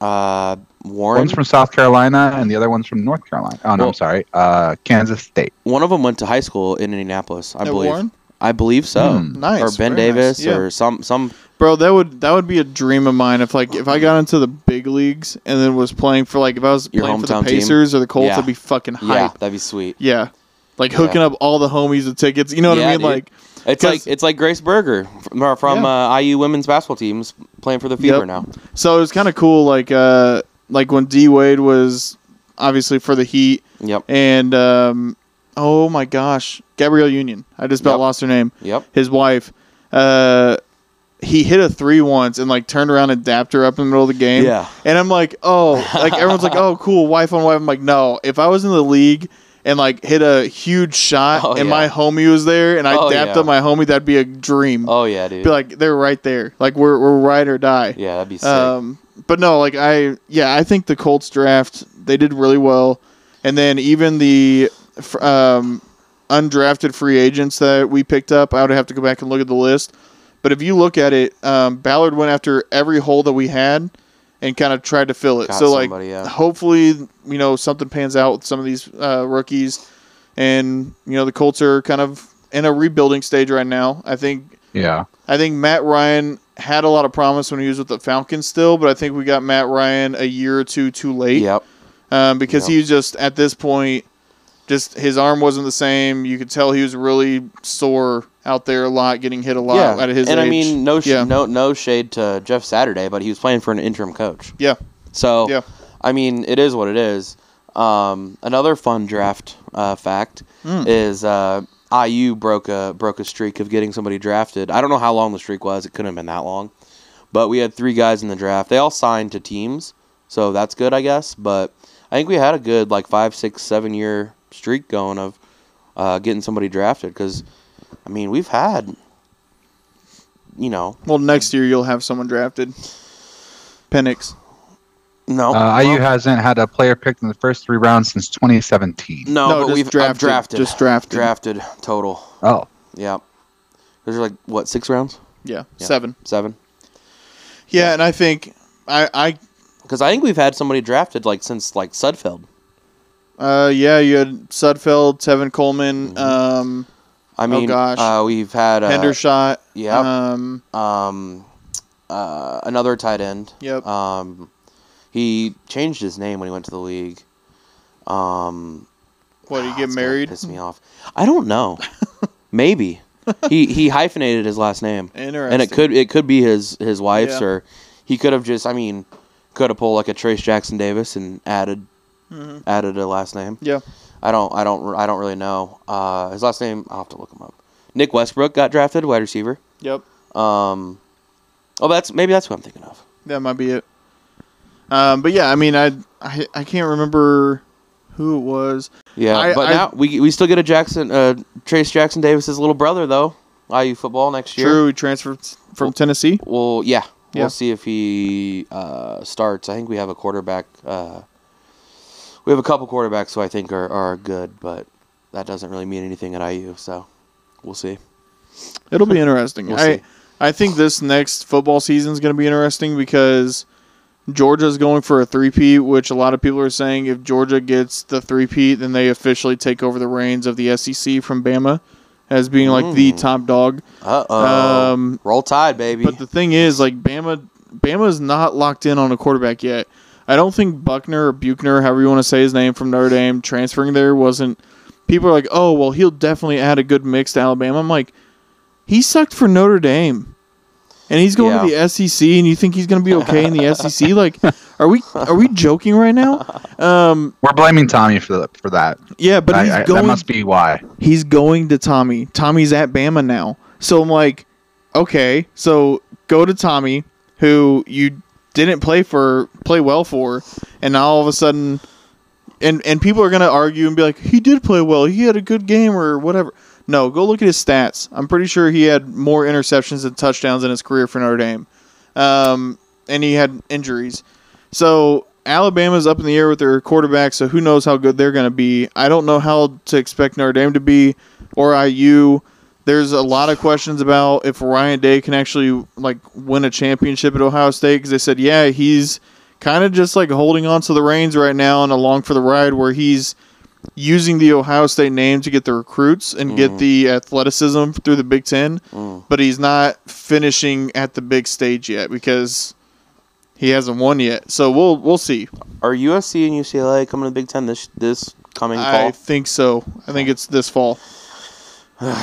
S3: uh Warren.
S2: One's from South Carolina and the other one's from North Carolina. Oh no,
S3: Well-
S2: I'm sorry. Uh, Kansas State.
S3: One of them went to high school in Indianapolis, I
S1: At
S3: believe.
S1: Warren?
S3: I believe so.
S2: Hmm.
S1: Nice.
S3: or Ben
S1: very nice.
S3: Davis
S1: Yeah.
S3: or some some
S1: Bro, that would that would be a dream of mine if like if I got into the big leagues and then was playing for like if I was
S3: Your
S1: playing for the
S3: hometown team?
S1: Pacers or the Colts,
S3: Yeah.
S1: I'd be fucking
S3: yeah,
S1: hype.
S3: that'd be sweet.
S1: Yeah. Like hooking up all the homies with tickets. You know what
S3: Yeah,
S1: I mean?
S3: dude.
S1: Like
S3: It's
S1: 'Cause-
S3: like it's like Grace Berger from, uh, from uh, IU women's basketball teams playing for the Fever
S1: Yep.
S3: now.
S1: so it was kinda cool, like uh like when D Wade was obviously for the Heat
S3: Yep.
S1: and um oh my gosh. Gabrielle Union. I just about
S3: Yep.
S1: lost her name.
S3: Yep.
S1: his wife, uh, he hit a three once and like turned around and dapped her up in the middle of the game.
S3: Yeah.
S1: And I'm like, oh, like everyone's like, oh, cool, wife on wife. I'm like, no, if I was in the league and like hit a huge shot
S3: Oh,
S1: and
S3: yeah.
S1: my homie was there and I
S3: Oh,
S1: dapped
S3: yeah.
S1: up my homie, that'd be a dream.
S3: Oh yeah, dude.
S1: Be like, they're right there. Like we're we're ride or die.
S3: yeah, that'd be sick.
S1: Um, but no, like I, yeah, I think the Colts draft they did really well, and then even the fr- um, undrafted free agents that we picked up, I would have to go back and look at the list. But if you look at it, um, Ballard went after every hole that we had and kind of tried to fill it.
S3: Got
S1: so like,
S3: somebody, yeah.
S1: hopefully, you know, something pans out with some of these uh, rookies, and you know, the Colts are kind of in a rebuilding stage right now. I think
S2: Yeah.
S1: I think Matt Ryan had a lot of promise when he was with the Falcons still, but I think we got Matt Ryan a year or two too late
S3: yep.
S1: um, because
S3: Yep.
S1: he was just at this point, just his arm wasn't the same. You could tell he was really sore out there a lot, getting hit a lot
S3: Yeah.
S1: at his
S3: and
S1: age.
S3: I mean, no, sh-
S1: Yeah.
S3: no, no shade to Jeff Saturday, but he was playing for an interim coach.
S1: yeah,
S3: So,
S1: Yeah.
S3: I mean, it is what it is. Um, another fun draft uh, fact *laughs*
S1: Hmm.
S3: is uh, IU broke a broke a streak of getting somebody drafted. I don't know how long the streak was. It couldn't have been that long, but we had three guys in the draft. They all signed to teams, so that's good, I guess. But I think we had a good like five, six, seven year streak going of uh, getting somebody drafted because, I mean, we've had, you know,
S1: well, next year you'll have someone drafted. Penix.
S3: no.
S2: Uh, IU
S3: Oh, well,
S2: hasn't had a player picked in the first three rounds since 2017.
S3: no,
S1: no,
S3: but
S1: just
S3: we've I've
S1: drafted,
S3: drafted.
S1: just drafted.
S3: drafted total.
S2: Oh,
S3: Yeah. Those are like what six rounds,
S1: Yeah,
S3: Yeah.
S1: seven.
S3: seven?
S1: Yeah, and I think I,
S3: Because I think we've had somebody drafted like since like Sudfeld.
S1: I, uh, yeah, you had Sudfeld, Tevin Coleman, um,
S3: I mean,
S1: gosh.
S3: Uh, we've had Mm-hmm. uh,
S1: Hendershot.
S3: yeah.
S1: Um,
S3: um, uh, another tight end.
S1: Yep.
S3: Um, he changed his name when he went to the league. Um,
S1: what did he
S3: it's
S1: get
S3: gonna
S1: married?
S3: Piss me off. I
S1: *laughs*
S3: don't know. Maybe he he hyphenated his last name.
S1: Interesting.
S3: and it could it could be his his wife's
S1: Yeah.
S3: or he could have just I mean could have pulled like a Trace Jackson Davis and added
S1: Mm-hmm.
S3: added a last name.
S1: Yeah.
S3: I don't I don't I don't really know. Uh, his last name I'll have to look him up. Nick Westbrook got drafted wide receiver.
S1: Yep.
S3: Um, oh that's maybe that's what I'm thinking of.
S1: That might be it. Um, but yeah, I mean, I, I I can't remember who it was.
S3: Yeah,
S1: I-
S3: but
S1: I-
S3: now we we still get a Jackson uh, Trace Jackson Davis's little brother though. IU football next year.
S1: True, he transferred s- from Tennessee.
S3: Well, yeah.
S1: Yeah.
S3: We'll see if he uh, starts. I think we have a quarterback. Uh, we have a couple quarterbacks who I think are, are good, but that doesn't really mean anything at IU. So we'll see.
S1: It'll
S3: *laughs*
S1: be interesting.
S3: We'll
S1: I
S3: see.
S1: I think this next football season is going to be interesting because Georgia's going for a three-peat, which a lot of people are saying if Georgia gets the three-peat, then they officially take over the reins of the SEC from Bama as being like the
S3: Hmm.
S1: top dog.
S3: Uh oh.
S1: Um,
S3: Roll Tide, baby.
S1: But the thing is, like Bama, Bama's not locked in on a quarterback yet. I don't think Buckner or Buchner, however you want to say his name, from Notre Dame transferring there wasn't. People are like, oh well, he'll definitely add a good mix to Alabama. I'm like, he sucked for Notre Dame. and he's going to
S3: Yeah.
S1: the SEC, and you think he's going to be okay in
S2: *laughs*
S1: the SEC? Like, are we are we joking right now? Um,
S2: We're blaming Tommy for the, for that.
S1: yeah, but
S2: I-
S1: he's
S2: I- that
S1: going.
S2: must be why.
S1: he's going to Tommy. Tommy's at Bama now, so I'm like, okay, so go to Tommy, who you didn't play for, play well for, and now all of a sudden, and and people are gonna argue and be like, he did play well, he had a good game or whatever. No, go look at his stats. I'm pretty sure he had more interceptions than touchdowns in his career for Notre Dame, um, and he had injuries. So Alabama's up in the air with their quarterback, so who knows how good they're going to be. I don't know how to expect Notre Dame to be or IU. There's a lot of questions about if Ryan Day can actually like win a championship at Ohio State because they said, yeah, he's kind of just like holding on to the reins right now and along for the ride where he's using the Ohio State name to get the recruits and get the athleticism through the Big Ten,
S3: Mm.
S1: but he's not finishing at the big stage yet because he hasn't won yet. So we'll we'll see.
S3: Are USC and UCLA coming to the Big Ten this this coming
S1: I
S3: fall?
S1: think so. I think it's this fall. *sighs*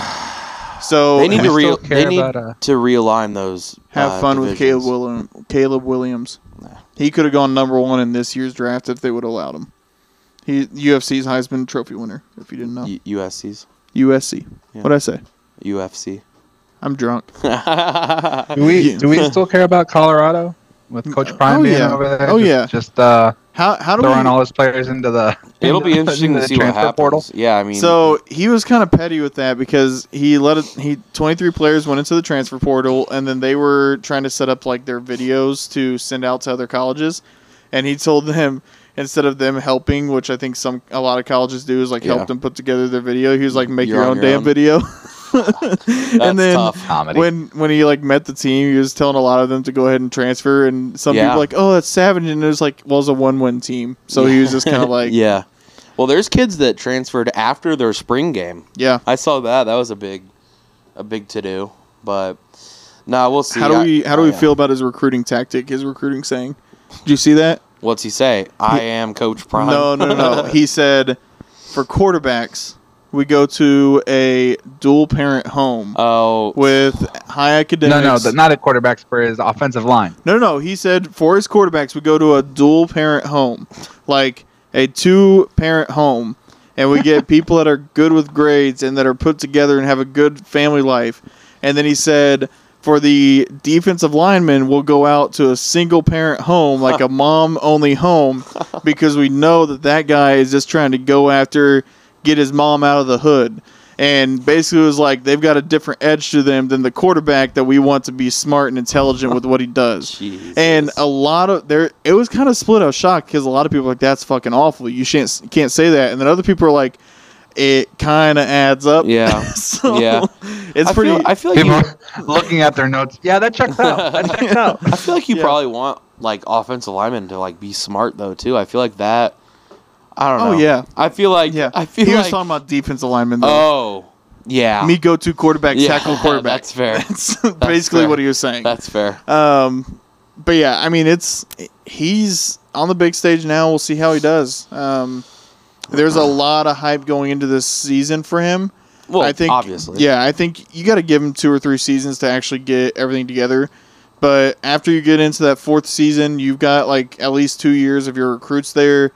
S1: So
S3: They need to
S2: We
S1: have,
S3: re-
S2: still care
S3: they need
S2: about, uh,
S3: to realign those. uh,
S1: fun with Caleb
S3: divisions.
S1: William, Caleb Williams. He could have gone number one in this year's draft if they would have allowed him. He UFC's Heisman Trophy winner. If you didn't know,
S3: U- USC's
S1: USC.
S3: Yeah.
S1: What'd I say? *laughs*
S3: UFC.
S1: I'm drunk.
S2: Do we
S1: Yeah. *laughs*
S2: do we still care about Colorado with Coach Prime
S1: oh,
S2: being
S1: yeah.
S2: over there?
S1: Oh,
S2: Just-
S1: yeah.
S2: Just uh,
S1: How how do we?
S2: throwing all his players into the.
S3: *laughs* It'll be
S2: into-
S3: interesting
S2: into
S3: to
S2: the
S3: see what
S2: transfer
S3: happens.
S2: portal.
S3: Yeah, I mean,
S1: So he was kind of petty with that because he let it. He twenty three players went into the transfer portal, and then they were trying to set up like their videos to send out to other colleges, and he told them instead of them helping, which I think some a lot of colleges do, is like
S3: Yeah.
S1: help them put together their video. He was like, make
S3: You're
S1: your
S3: on
S1: own
S3: your
S1: damn
S3: own. *laughs*
S1: video. *laughs*
S3: that's
S1: and then
S3: tough.
S2: Comedy.
S1: when when he like met the team, he was telling a lot of them to go ahead and transfer, and some
S3: Yeah.
S1: people were like, oh, that's savage, and it was like, well, it's a one win team, so he was just
S3: *laughs*
S1: kind of like, yeah,
S3: yeah. Well, there's kids that transferred after their spring game. I saw that. That was a big, a big to do. But nah, we'll see.
S1: How do
S3: I- Oh,
S1: we how do we
S3: yeah.
S1: feel about his recruiting tactic? His recruiting saying, "Did you see that?"
S3: What's he say? I am Coach Prime.
S1: No, no,
S3: *laughs*
S1: no, no. he said, "For quarterbacks, we go to a dual parent home
S3: oh,
S1: with high academics."
S2: No, no, the, not at quarterbacks for his offensive
S3: *laughs*
S2: line.
S1: No, no, no. He said for his quarterbacks, we go to a dual parent home, like a two parent home, and we get people that are good with grades and that are put together and have a good family life. And then he said for the defensive linemen, we'll go out to a single parent home, like a mom only home, because we know that that guy is just trying to go after get his mom out of the hood. And basically, it was like they've got a different edge to them than the quarterback that we want to be smart and intelligent with what he does.
S3: Jesus.
S1: And a lot of there, it was kind of split. I was shocked because a lot of people were like that's fucking awful. You shan't, can't say that. And then other people are like, it kind of adds up. *laughs*
S3: Yeah.
S1: so
S3: Yeah.
S1: It's
S3: I
S1: pretty.
S3: Feel, I feel like
S2: People
S3: you,
S2: looking at their notes. Yeah, that checks
S3: *laughs*
S2: out. That checks out.
S3: I feel like you
S1: Yeah.
S3: probably want like offensive linemen to like be smart though too. I feel like that. I don't
S1: Oh,
S3: know.
S1: yeah.
S3: I feel like.
S1: yeah.
S3: I feel
S1: he
S3: like.
S1: was talking about defense alignment. Though.
S3: oh. Yeah.
S1: Me go to quarterback,
S3: Yeah,
S1: tackle quarterback. *laughs*
S3: That's fair.
S1: That's, basically
S3: fair.
S1: what he was saying.
S3: That's fair.
S1: Um, but yeah, I mean, it's he's on the big stage now. We'll see how he does. Um, there's a lot of hype going into this season for him.
S3: Well,
S1: I think
S3: obviously.
S1: Yeah, I think you got to give him two or three seasons to actually get everything together. But after you get into that fourth season, you've got like at least two years of your recruits there.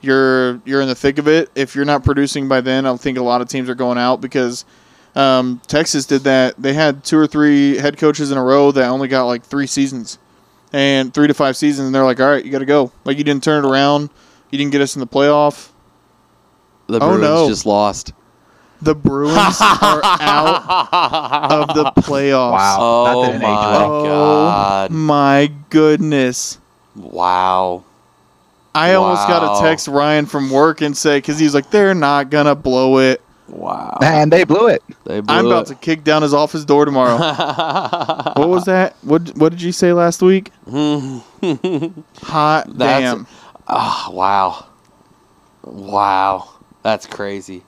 S1: You're you're in the thick of it. If you're not producing by then, I think a lot of teams are going out because um, Texas did that. They had two or three head coaches in a row that only got like three seasons and three to five seasons, and they're like, all right, you got to go. Like you didn't turn it around. You didn't get us in the playoff.
S3: The
S1: Oh,
S3: Bruins
S1: no.
S3: just lost.
S1: The
S3: *laughs*
S1: Bruins are *laughs* out of the playoffs.
S2: Wow.
S3: Oh
S2: That didn't age
S3: my
S2: well.
S1: Oh
S3: god.
S1: my goodness.
S3: Wow.
S1: I almost got
S3: Wow.
S1: a text Ryan from work and say, because he's like, they're not going to blow it.
S3: Wow.
S2: And they blew it.
S3: They blew
S1: I'm about to
S3: it.
S1: kick down his office door tomorrow.
S3: *laughs*
S1: what was that? What What did you say last week?
S3: Hmm.
S1: Hot
S3: That's-
S1: damn.
S3: Ah, wow. Wow. That's crazy.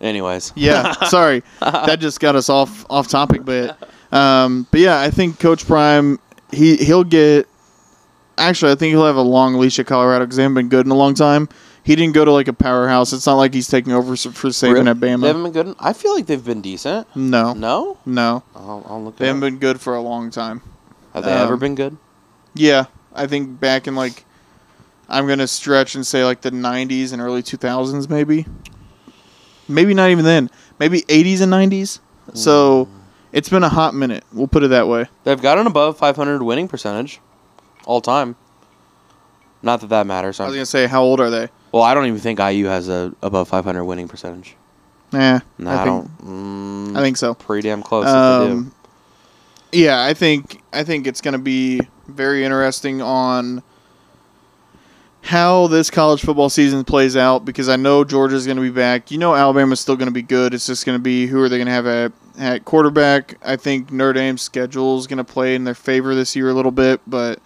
S3: Anyways. *laughs*
S1: Yeah, sorry. That just got us off off topic, but um, but yeah, I think Coach Prime he he'll get. Actually, I think he'll have a long leash at Colorado because they haven't been good in a long time. He didn't go to like a powerhouse. It's not like he's taking over s- for saving at
S3: They
S1: Bama. Oh.
S3: haven't been good. I feel like they've been decent.
S1: No,
S3: No,
S1: no,
S3: I'll, I'll look.
S1: they
S3: It up.
S1: haven't been good for a long time.
S3: Have they
S1: um,
S3: ever been good?
S1: Yeah, I think back in like, I'm gonna stretch and say like the '90s and early 2000s, maybe. Maybe not even then. Maybe '80s and '90s. So, it's been a hot minute. We'll put it that way.
S3: They've got an above 500 winning percentage, all time. Not that that matters.
S1: I was gonna say, how old are they?
S3: well, I don't even think IU has a above 500 winning percentage.
S1: Nah,
S3: No,
S1: I,
S3: I,
S1: think,
S3: don't. Mm,
S1: I think so.
S3: pretty damn close. if they do.
S1: Um, yeah, I think I think it's going to be very interesting on how this college football season plays out because I know Georgia's going to be back. You know Alabama's still going to be good. It's just going to be who are they going to have at at quarterback? I think Notre Dame's schedule is going to play in their favor this year a little bit, but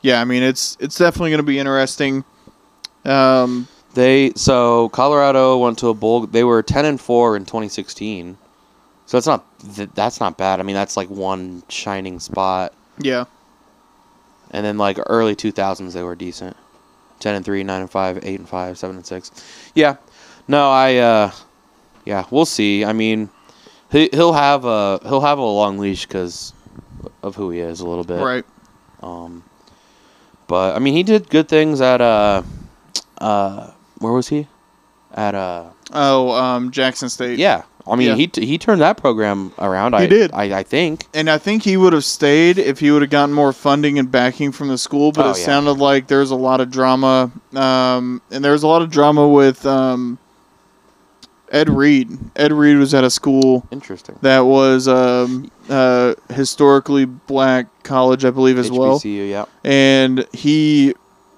S1: yeah, I mean it's it's definitely going to be interesting. Um,
S3: They so Colorado went to a bowl. They were ten and four in 2016, so that's not th- that's not bad. I mean, that's like one shining spot.
S1: yeah,
S3: And then like early 2000s, they were decent. Ten and three, nine and five, eight and five, seven and six. Yeah, no, I uh, yeah, we'll see. I mean, he he'll have a he'll have a long leash because of who he is a little bit.
S1: right.
S3: Um, but I mean, he did good things at uh, uh, where was he? At uh.
S1: Oh, um, Jackson State.
S3: Yeah, I mean
S1: Yeah.
S3: he t- he turned that program around.
S1: He
S3: I
S1: did.
S3: I, I think.
S1: and I think he would have stayed if he would have gotten more funding and backing from the school. But
S3: Oh,
S1: it
S3: yeah.
S1: sounded like there's a lot of drama, um, and there was a lot of drama with um, Ed Reed. Ed Reed was at a school
S3: Interesting.
S1: that was um, uh, historically black college, I believe, as well
S3: HBCU, yeah.
S1: and he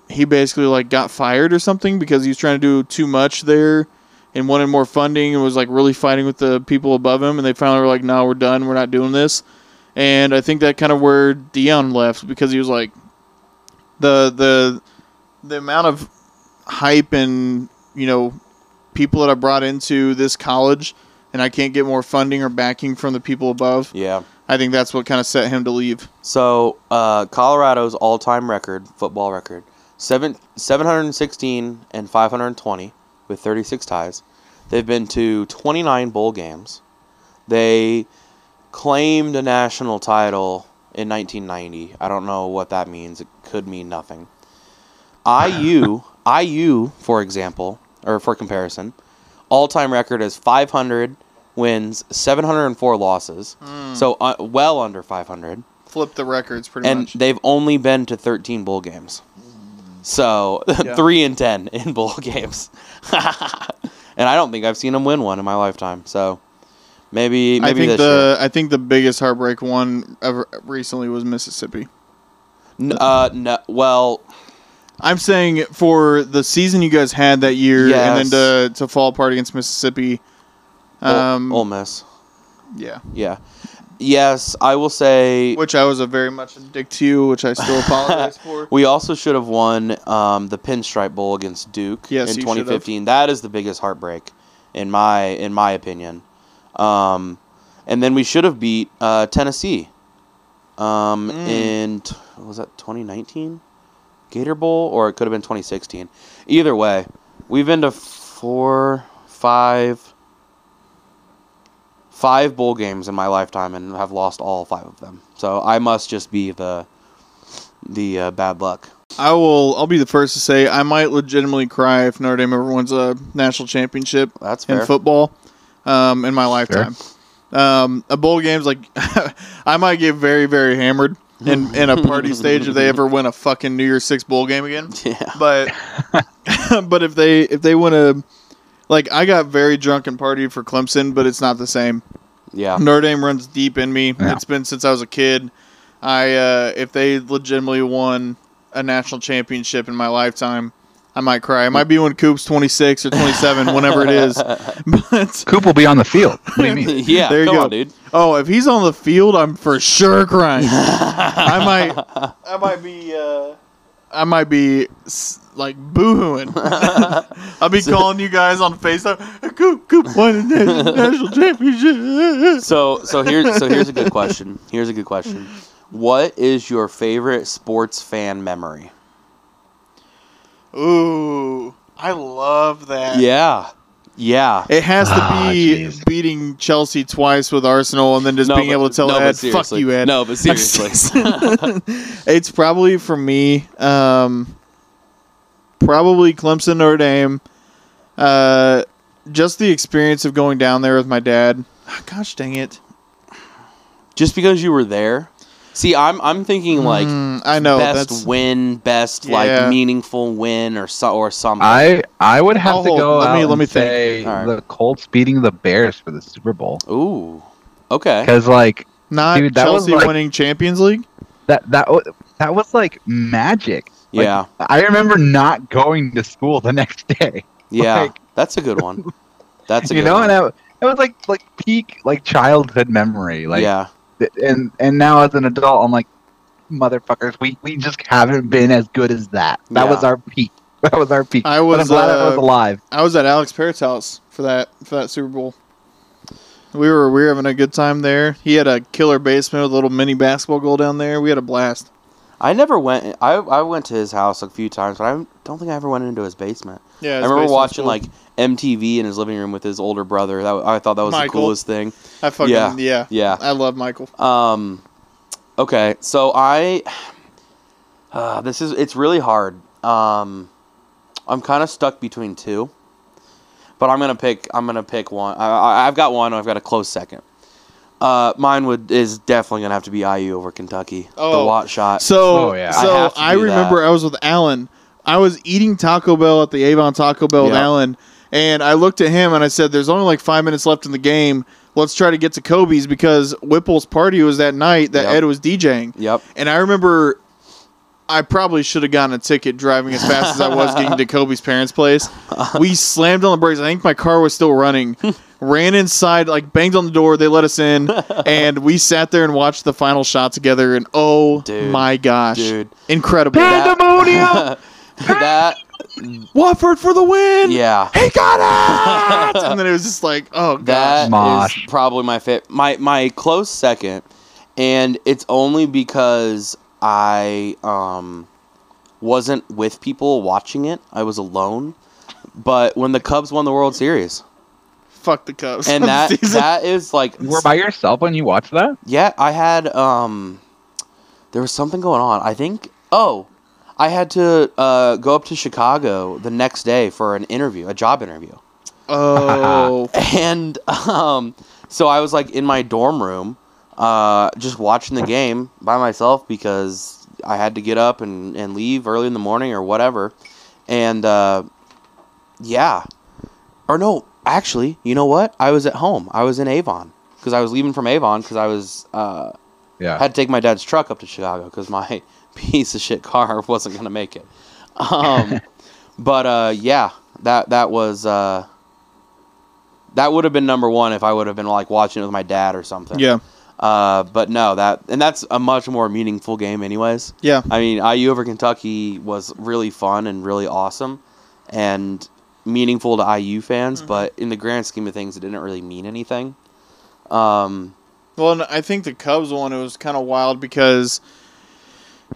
S1: he basically like got fired or something because he was trying to do too much there and wanted more funding and was like really fighting with the people above him and they finally were like no we're done we're not doing this and i think that kind of where dion left because he was like the the the amount of hype and you know people that i brought into this college and i can't get more funding or backing from the people above
S3: Yeah.
S1: i think that's what kind of set him to leave
S3: So uh, Colorado's all-time record, football record, seven seven hundred sixteen and five hundred twenty with thirty-six ties. They've been to twenty-nine bowl games. They claimed a national title in 1990. I don't know what that means. It could mean nothing. IU, IU, for example, or for comparison, all-time record is 500 wins, 704 losses. So uh, well under 500
S1: flip the records pretty
S3: and
S1: much
S3: they've only been to 13 bowl games. So, *laughs* 3 and 10 in bowl *laughs* games. and I don't think I've seen them win one in my lifetime. So, maybe maybe
S1: I think
S3: this
S1: the I think the biggest heartbreak one ever recently was Mississippi.
S3: year. N- uh no, well,
S1: I'm saying for the season you guys had that year, and
S3: Yes.
S1: then to to fall apart against Mississippi.
S3: um,
S1: Um,
S3: Ole Miss.
S1: yeah,
S3: Yeah. Yes, I will say
S1: which I was a very much a dick to you, which I
S3: *laughs*
S1: still apologize for.
S3: we also should have won um, the Pinstripe Bowl against Duke
S1: Yes, you
S3: in
S1: should have.
S3: 2015. That is the biggest heartbreak, in my in my opinion. Um, and then we should have beat uh, Tennessee. Um,
S1: Mm.
S3: in t- was that 2019 Gator Bowl or it could have been 2016. Either way, we've been to four, five, five bowl games in my lifetime and have lost all five of them. So I must just be the the uh, bad luck.
S1: I will. I'll be the first to say I might legitimately cry if Notre Dame ever wins a national championship.
S3: That's fair.
S1: in football um, in my lifetime. Um, a bowl game's like *laughs* I might get very very hammered in in a party stage if they ever win a fucking New Year's Six bowl game again.
S3: yeah.
S1: But *laughs* but if they if they win a like I got very drunk and partied for Clemson, but it's not the same.
S3: *laughs* Yeah.
S1: Notre Dame runs deep in me.
S2: Yeah.
S1: It's been since I was a kid. I uh, if they legitimately won a national championship in my lifetime, I might cry. It might be when Coop's twenty six or twenty seven, whenever it
S3: *laughs*
S1: is. But
S2: Coop will be on the field. What do you mean?
S3: yeah.
S1: There you
S3: come
S1: go.
S3: on, dude.
S1: oh, if he's on the field, I'm for sure crying.
S3: *laughs*
S1: I might, I might be, uh, I might be s- like *laughs* boohooing. I'll be calling you guys on FaceTime. Coop, Coop won the na- national championship.
S3: So so here so here's a good question. Here's a good question. What is your favorite sports fan memory?
S1: Ooh, I love that.
S3: Yeah. Yeah.
S1: It has to
S2: Ah,
S1: be
S2: jeez.
S1: beating Chelsea twice with Arsenal and then just
S3: No,
S1: being
S3: but-
S1: able to tell
S3: no, but
S1: Ed, fuck
S3: seriously.
S1: you, Ed.
S3: No,
S1: *laughs*
S3: but seriously.
S1: it's probably for me, um, probably Clemson, Notre Dame. Uh, just the experience of going down there with my dad. Ah, Gosh dang it.
S3: Just because you were there. See, I'm I'm thinking like
S1: Mm, I know.
S3: best
S1: that's,
S3: win, best
S1: Yeah.
S3: like meaningful win or so or something.
S2: I I would have
S1: I'll
S2: to
S1: hold-
S2: go
S1: let
S2: out
S1: me- let
S2: and
S1: me think.
S2: say
S3: All right.
S2: the Colts beating the Bears for the Super Bowl
S3: Ooh. Okay.
S2: because like
S1: not
S2: Dude, that was
S1: Chelsea
S2: like-
S1: winning Champions League.
S2: that that wa- that was like magic. Like,
S3: Yeah.
S2: I remember not going to school the *laughs* next day.
S3: Yeah.
S2: like-
S3: that's a good one. That's a
S2: *laughs* you
S3: good
S2: know,
S3: one.
S2: and I, it was like like peak like childhood memory. Like
S3: yeah.
S2: th- and and now as an adult, I'm like, motherfuckers, we we just haven't been as good as that. That
S3: Yeah.
S2: was our peak. *laughs* That was our peak.
S1: I
S2: But I'm
S1: was,
S2: glad I was
S1: uh,
S2: alive.
S1: I was at Alex Parrott's house for that for that Super Bowl. We were we were having a good time there. He had a killer basement with a little mini basketball goal down there. We had a blast.
S3: I never went I I went to his house a few times, but I don't think I ever went into his basement.
S1: Yeah,
S3: I
S1: his
S3: remember
S1: basement's
S3: watching
S1: cool.
S3: like MTV in his living room with his older brother. That I thought that was
S1: Michael.
S3: the coolest thing.
S1: I fucking
S3: yeah.
S1: yeah.
S3: Yeah.
S1: I love Michael.
S3: Um, okay, so I *sighs* uh, this is it's really hard. Um, I'm kind of stuck between two, but I'm gonna pick I'm gonna pick one. I, I, I've got one. I've got a close second. Uh, mine would is definitely gonna have to be IU over Kentucky.
S1: Oh.
S3: the Watt shot.
S1: So
S2: Oh, yeah.
S1: so
S3: I
S1: I,
S3: have to do
S1: remember
S3: that.
S1: I was with Alan. I was eating Taco Bell at the Avon Taco Bell with
S3: Yeah.
S1: Alan, and I looked at him and I said, "There's only like five minutes left in the game. Let's try to get to Kobe's because Whipple's party was that night that
S3: Yep.
S1: Ed was DJing."
S3: Yep.
S1: And I remember I probably should have gotten a ticket driving as fast as I was getting to Kobe's parents' place. We slammed on the brakes. I think my car was still running. Ran inside, like banged on the door. They let us in, and we sat there and watched the final shot together. And oh
S3: Dude.
S1: my gosh,
S3: Dude.
S1: incredible!
S3: That- *laughs* that
S1: Wofford for the win!
S3: yeah.
S1: he got it. and then it was just like, oh
S3: That
S1: gosh,
S3: is
S2: Mosh.
S3: probably my fit. My my close second, and it's only because I um wasn't with people watching it. I was alone. But when the Cubs won the World Series,
S1: fuck the Cubs. *laughs*
S2: *laughs*
S3: and that that is like
S2: You *laughs* were by yourself when you watched that.
S3: yeah, I had um there was something going on. I think oh, I had to uh, go up to Chicago the next day for an interview, a job interview. *laughs*
S1: oh,
S3: and um, so I was like in my dorm room, uh, just watching the game by myself because I had to get up and, and leave early in the morning or whatever. And uh, yeah, or no, actually, you know what? I was at home. I was in Avon because I was leaving from Avon because I was uh,
S2: Yeah.
S3: had to take my dad's truck up to Chicago because my *laughs* piece of shit car *laughs* wasn't gonna make it.
S1: *laughs*
S3: Um, but uh, yeah, that that was uh, that would have been number one if I would have been like watching it with my dad or something.
S1: yeah,
S3: Uh, but no, that and that's a much more meaningful game, anyways.
S1: yeah.
S3: I mean, IU over Kentucky was really fun and really awesome, and meaningful to IU fans.
S1: Mm-hmm.
S3: But in the grand scheme of things, it didn't really mean anything. Um,
S1: Well, and I think the Cubs one it was kind of wild because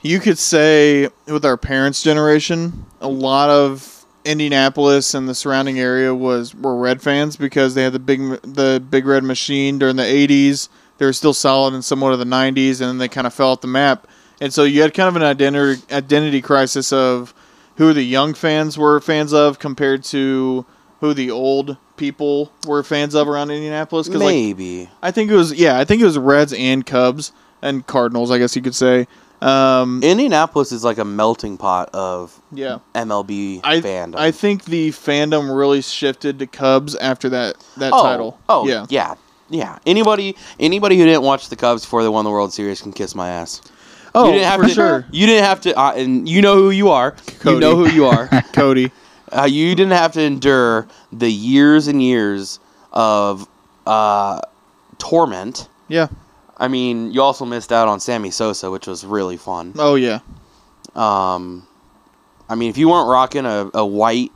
S1: you could say with our parents' generation, a lot of Indianapolis and the surrounding area was were Red fans because they had the big the big red machine during the '80s. They were still solid in somewhat of the '90s, and then they kind of fell off the map. And so you had kind of an identity identity crisis of who the young fans were fans of compared to who the old people were fans of around Indianapolis. Because like
S3: maybe.
S1: I think it was yeah, I think it was Reds and Cubs and Cardinals, I guess you could say. Um,
S3: Indianapolis is like a melting pot of
S1: yeah.
S3: MLB
S1: I
S3: fandom.
S1: I think the fandom really shifted to Cubs after that that
S3: oh,
S1: title.
S3: Oh
S1: yeah.
S3: yeah. yeah. Anybody anybody who didn't watch the Cubs before they won the World Series can kiss my ass.
S1: Oh,
S3: you didn't have
S1: for
S3: to,
S1: sure.
S3: You didn't have to uh, and you know who you are.
S1: Cody.
S3: You know who you
S1: *laughs*
S3: are.
S1: Cody.
S3: uh, you didn't have to endure the years and years of uh, torment.
S1: Yeah.
S3: I mean, you also missed out on Sammy Sosa, which was really fun.
S1: Oh yeah.
S3: Um, I mean, if you weren't rocking a, a white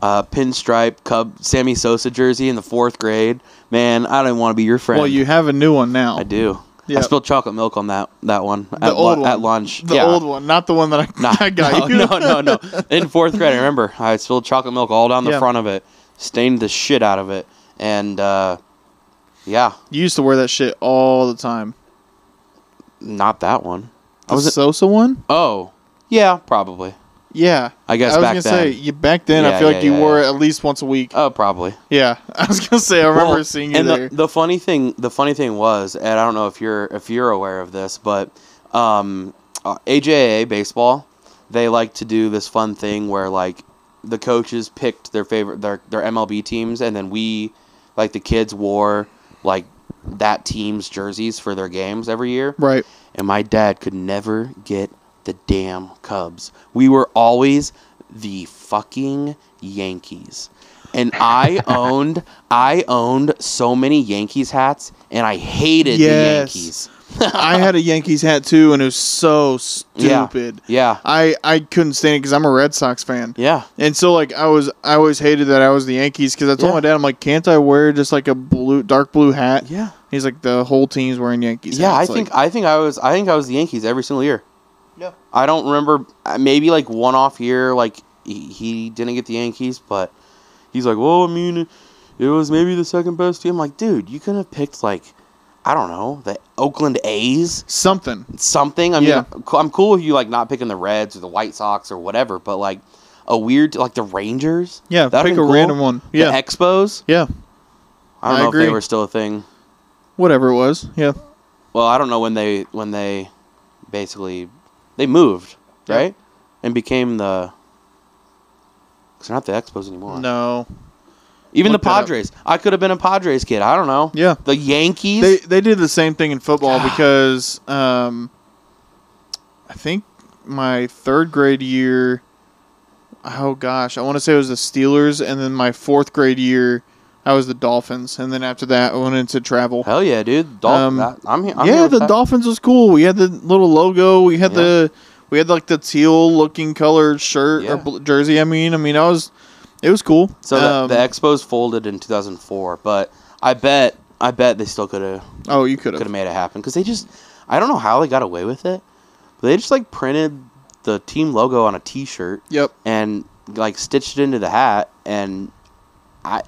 S3: uh, pinstripe Cub Sammy Sosa jersey in the fourth grade, man, I don't want to be your friend.
S1: Well, you have a new one now.
S3: I do.
S1: Yeah.
S3: I spilled chocolate milk on that that one at, lu-
S1: old one.
S3: at lunch.
S1: The
S3: yeah.
S1: old one, not the one that I,
S3: Nah,
S1: *laughs* I got
S3: *laughs* no,
S1: you.
S3: no, no, no. In fourth grade, I remember I spilled chocolate milk all down the
S1: Yeah.
S3: front of it, stained the shit out of it, and uh, yeah,
S1: you used to wear that shit all the time.
S3: not that one.
S1: The
S3: was-
S1: Sosa one?
S3: Oh, yeah, probably.
S1: Yeah.
S3: I guess
S1: I was
S3: back
S1: gonna
S3: then.
S1: say you, back then. I
S3: Yeah,
S1: feel
S3: yeah,
S1: like you
S3: yeah,
S1: wore
S3: yeah.
S1: it at least once a week.
S3: Oh, probably.
S1: yeah, *laughs* I was gonna say I remember
S3: Well,
S1: seeing you
S3: and
S1: there.
S3: The, the funny thing, the funny thing was, and I don't know if you're if you're aware of this, but um, uh, AJA baseball, they like to do this fun thing where like the coaches picked their favorite their their MLB teams, and then we, like the kids, wore like that team's jerseys for their games every year.
S1: right.
S3: And my dad could never get the damn Cubs. We were always the fucking Yankees. And I owned I owned so many Yankees hats and I hated the
S1: Yes.
S3: Yankees.
S1: I had a Yankees hat too, and it was so stupid.
S3: Yeah.
S1: I I couldn't stand it because I'm a Red Sox fan.
S3: Yeah.
S1: And so like I was I always hated that I was the Yankees because I told
S3: Yeah.
S1: my dad I'm like can't I wear just like a blue dark blue hat?
S3: Yeah.
S1: He's like the whole team's wearing Yankees.
S3: yeah, I
S1: hats." Like,
S3: think I think I was I think I was the Yankees every single year.
S1: Yeah.
S3: I don't remember uh, maybe like one off year like he, he didn't get the Yankees, but he's like, "Well, I mean, it was maybe the second best team." I'm like, "Dude, you could have picked like I don't know, the Oakland A's,
S1: something.
S3: something." I mean,
S1: Yeah.
S3: I'm- I'm cool with you like not picking the Reds or the White Sox or whatever, but like a weird like the Rangers.
S1: Yeah,
S3: that'd
S1: pick
S3: been
S1: a random one.
S3: The
S1: Yeah,
S3: Expos.
S1: yeah,
S3: I don't
S1: I
S3: know if
S1: agree.
S3: they were still a thing.
S1: whatever it was. Yeah,
S3: well i don't know when they when they basically they moved
S1: Yeah.
S3: right and became the because they're not the expos anymore
S1: no,
S3: even the
S1: Look that up.
S3: padres i could have been a padres kid i don't know
S1: yeah.
S3: the yankees
S1: They they did the same thing in football because um, I think my third grade year. Oh gosh, I want to say it was the Steelers, and then my fourth grade year, I was the Dolphins, and then after that, I went into travel.
S3: hell yeah dude dolphins
S1: Um,
S3: i'm here I'm here
S1: yeah,
S3: with
S1: the
S3: that.
S1: Dolphins was cool. We had the little logo. We had
S3: Yeah.
S1: the we had like the teal looking colored shirt
S3: Yeah.
S1: or bl- jersey. I mean, I mean, I was it was cool.
S3: so
S1: Um,
S3: the, the expos folded in 2004 but i bet i bet they still could have
S1: oh, you could
S3: could have
S1: have.
S3: made it happen because they just i don't know how they got away with it but they just like printed the team logo on a t-shirt
S1: Yep.
S3: and like stitched it into the hat and I,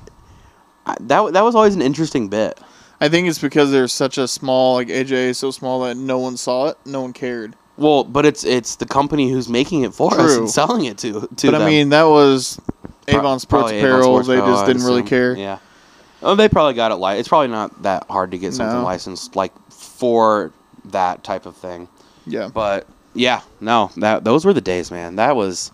S3: I that that was always an interesting bit.
S1: I think it's because there's such a small like AJ is so small that no one saw it, no one cared.
S3: Well, but it's it's the company who's making it for us
S1: True.
S3: and selling it to to
S1: but
S3: them.
S1: I mean, that was Avon Sports
S3: Probably Avon
S1: Apparel.
S3: Sports
S1: they
S3: Apparel,
S1: just
S3: I'd
S1: didn't really
S3: assume.
S1: care.
S3: Yeah. Oh, they probably got it li It's probably not that hard to get something
S1: No.
S3: licensed like for that type of thing.
S1: Yeah.
S3: But yeah, no, that those were the days, man. That was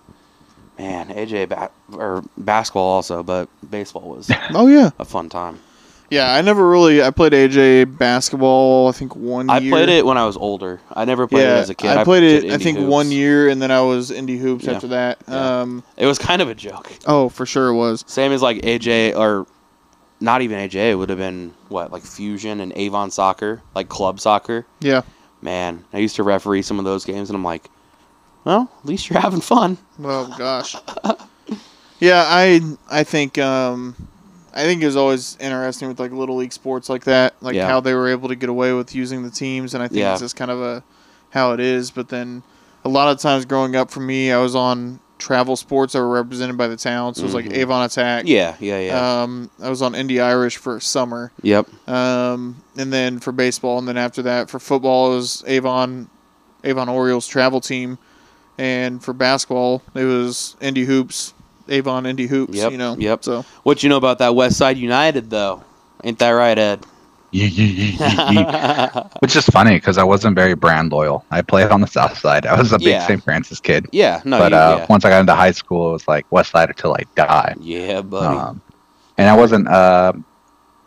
S3: man, AJ ba- or basketball also, but baseball
S1: *laughs*
S3: was
S1: Oh yeah.
S3: a fun time.
S1: Yeah. I never really. I played AJ basketball. I think one.
S3: I
S1: year.
S3: played it when I was older. I never played
S1: yeah,
S3: it as a kid.
S1: I played
S3: did
S1: it. I
S3: indie
S1: think
S3: hoops.
S1: one year, and then I was indie hoops
S3: Yeah.
S1: after that.
S3: Yeah.
S1: Um.
S3: It was kind of a joke.
S1: Oh, for sure it was.
S3: Same as like AJ or not even AJ. It would have been what like Fusion and Avon soccer, like club soccer.
S1: Yeah.
S3: Man, I used to referee some of those games, and I'm like, well, at least you're having fun.
S1: Oh gosh. yeah, I I think um I think it was always interesting with like little league sports like that, like
S3: Yeah.
S1: how they were able to get away with using the teams, and I think
S3: Yeah.
S1: it's just kind of a how it is. But then a lot of times growing up for me, I was on travel sports that were represented by the town, so it was like
S3: Mhm.
S1: Avon Attack.
S3: Yeah, yeah, yeah.
S1: Um, I was on Indy Irish for summer,
S3: yep.
S1: um, and then for baseball, and then after that for football it was Avon, Avon Orioles travel team, and for basketball it was Indy Hoops, Avon Indy Hoops.
S3: Yep,
S1: You know.
S3: yep.
S1: So
S3: What you know about that West Side United though? Ain't that right,
S2: *laughs*
S3: Ed?
S2: Yee, yee, yee, yee,
S3: *laughs*
S2: yee. Which is funny because I wasn't very brand loyal. I played on the South Side. I was a big
S3: Yeah.
S2: St. Francis kid.
S3: yeah, no,
S2: but
S3: you,
S2: uh, once I got into high school, it was like West Side until I die.
S3: yeah, yeah, buddy.
S2: Um, and I wasn't. Uh,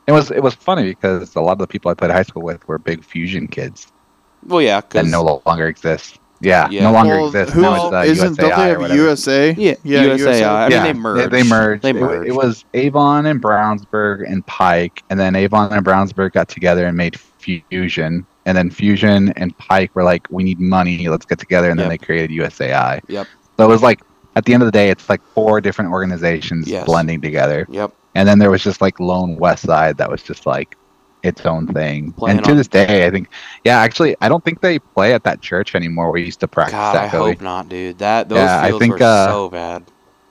S2: it was it was funny because a lot of the people I played high school with were big fusion kids
S3: well, yeah,
S2: that
S3: because
S2: no longer exist. Yeah,
S3: Yeah.
S2: no longer
S1: Well,
S2: exist.
S1: who
S2: Now it's, uh,
S1: isn't? Don't
S2: USAI
S1: they
S2: or
S1: have
S2: whatever.
S1: USA?
S3: Yeah, USA. uh, I mean, they merged.
S2: They, merged.
S3: They
S2: It wa-
S3: merged.
S2: It, was Avon and Brownsburg and Pike, and then Avon and Brownsburg got together and made Fusion, and then Fusion and Pike were like, "We need money. Let's get together," and then
S3: Yep.
S2: they created USAI.
S3: Yep.
S2: So it was like at the end of the day, it's like four different organizations
S3: Yes.
S2: blending together,
S3: Yep.
S2: and then there was just like lone West Side that was just like its own thing.
S3: Playing
S2: and to
S3: on-
S2: this day, I think, yeah, actually, I don't think they play at that church anymore. We used to practice
S3: God, I
S2: that. Billy.
S3: hope not, dude. That those
S2: Yeah, I
S3: fields
S2: think,
S3: were
S2: uh,
S3: so bad.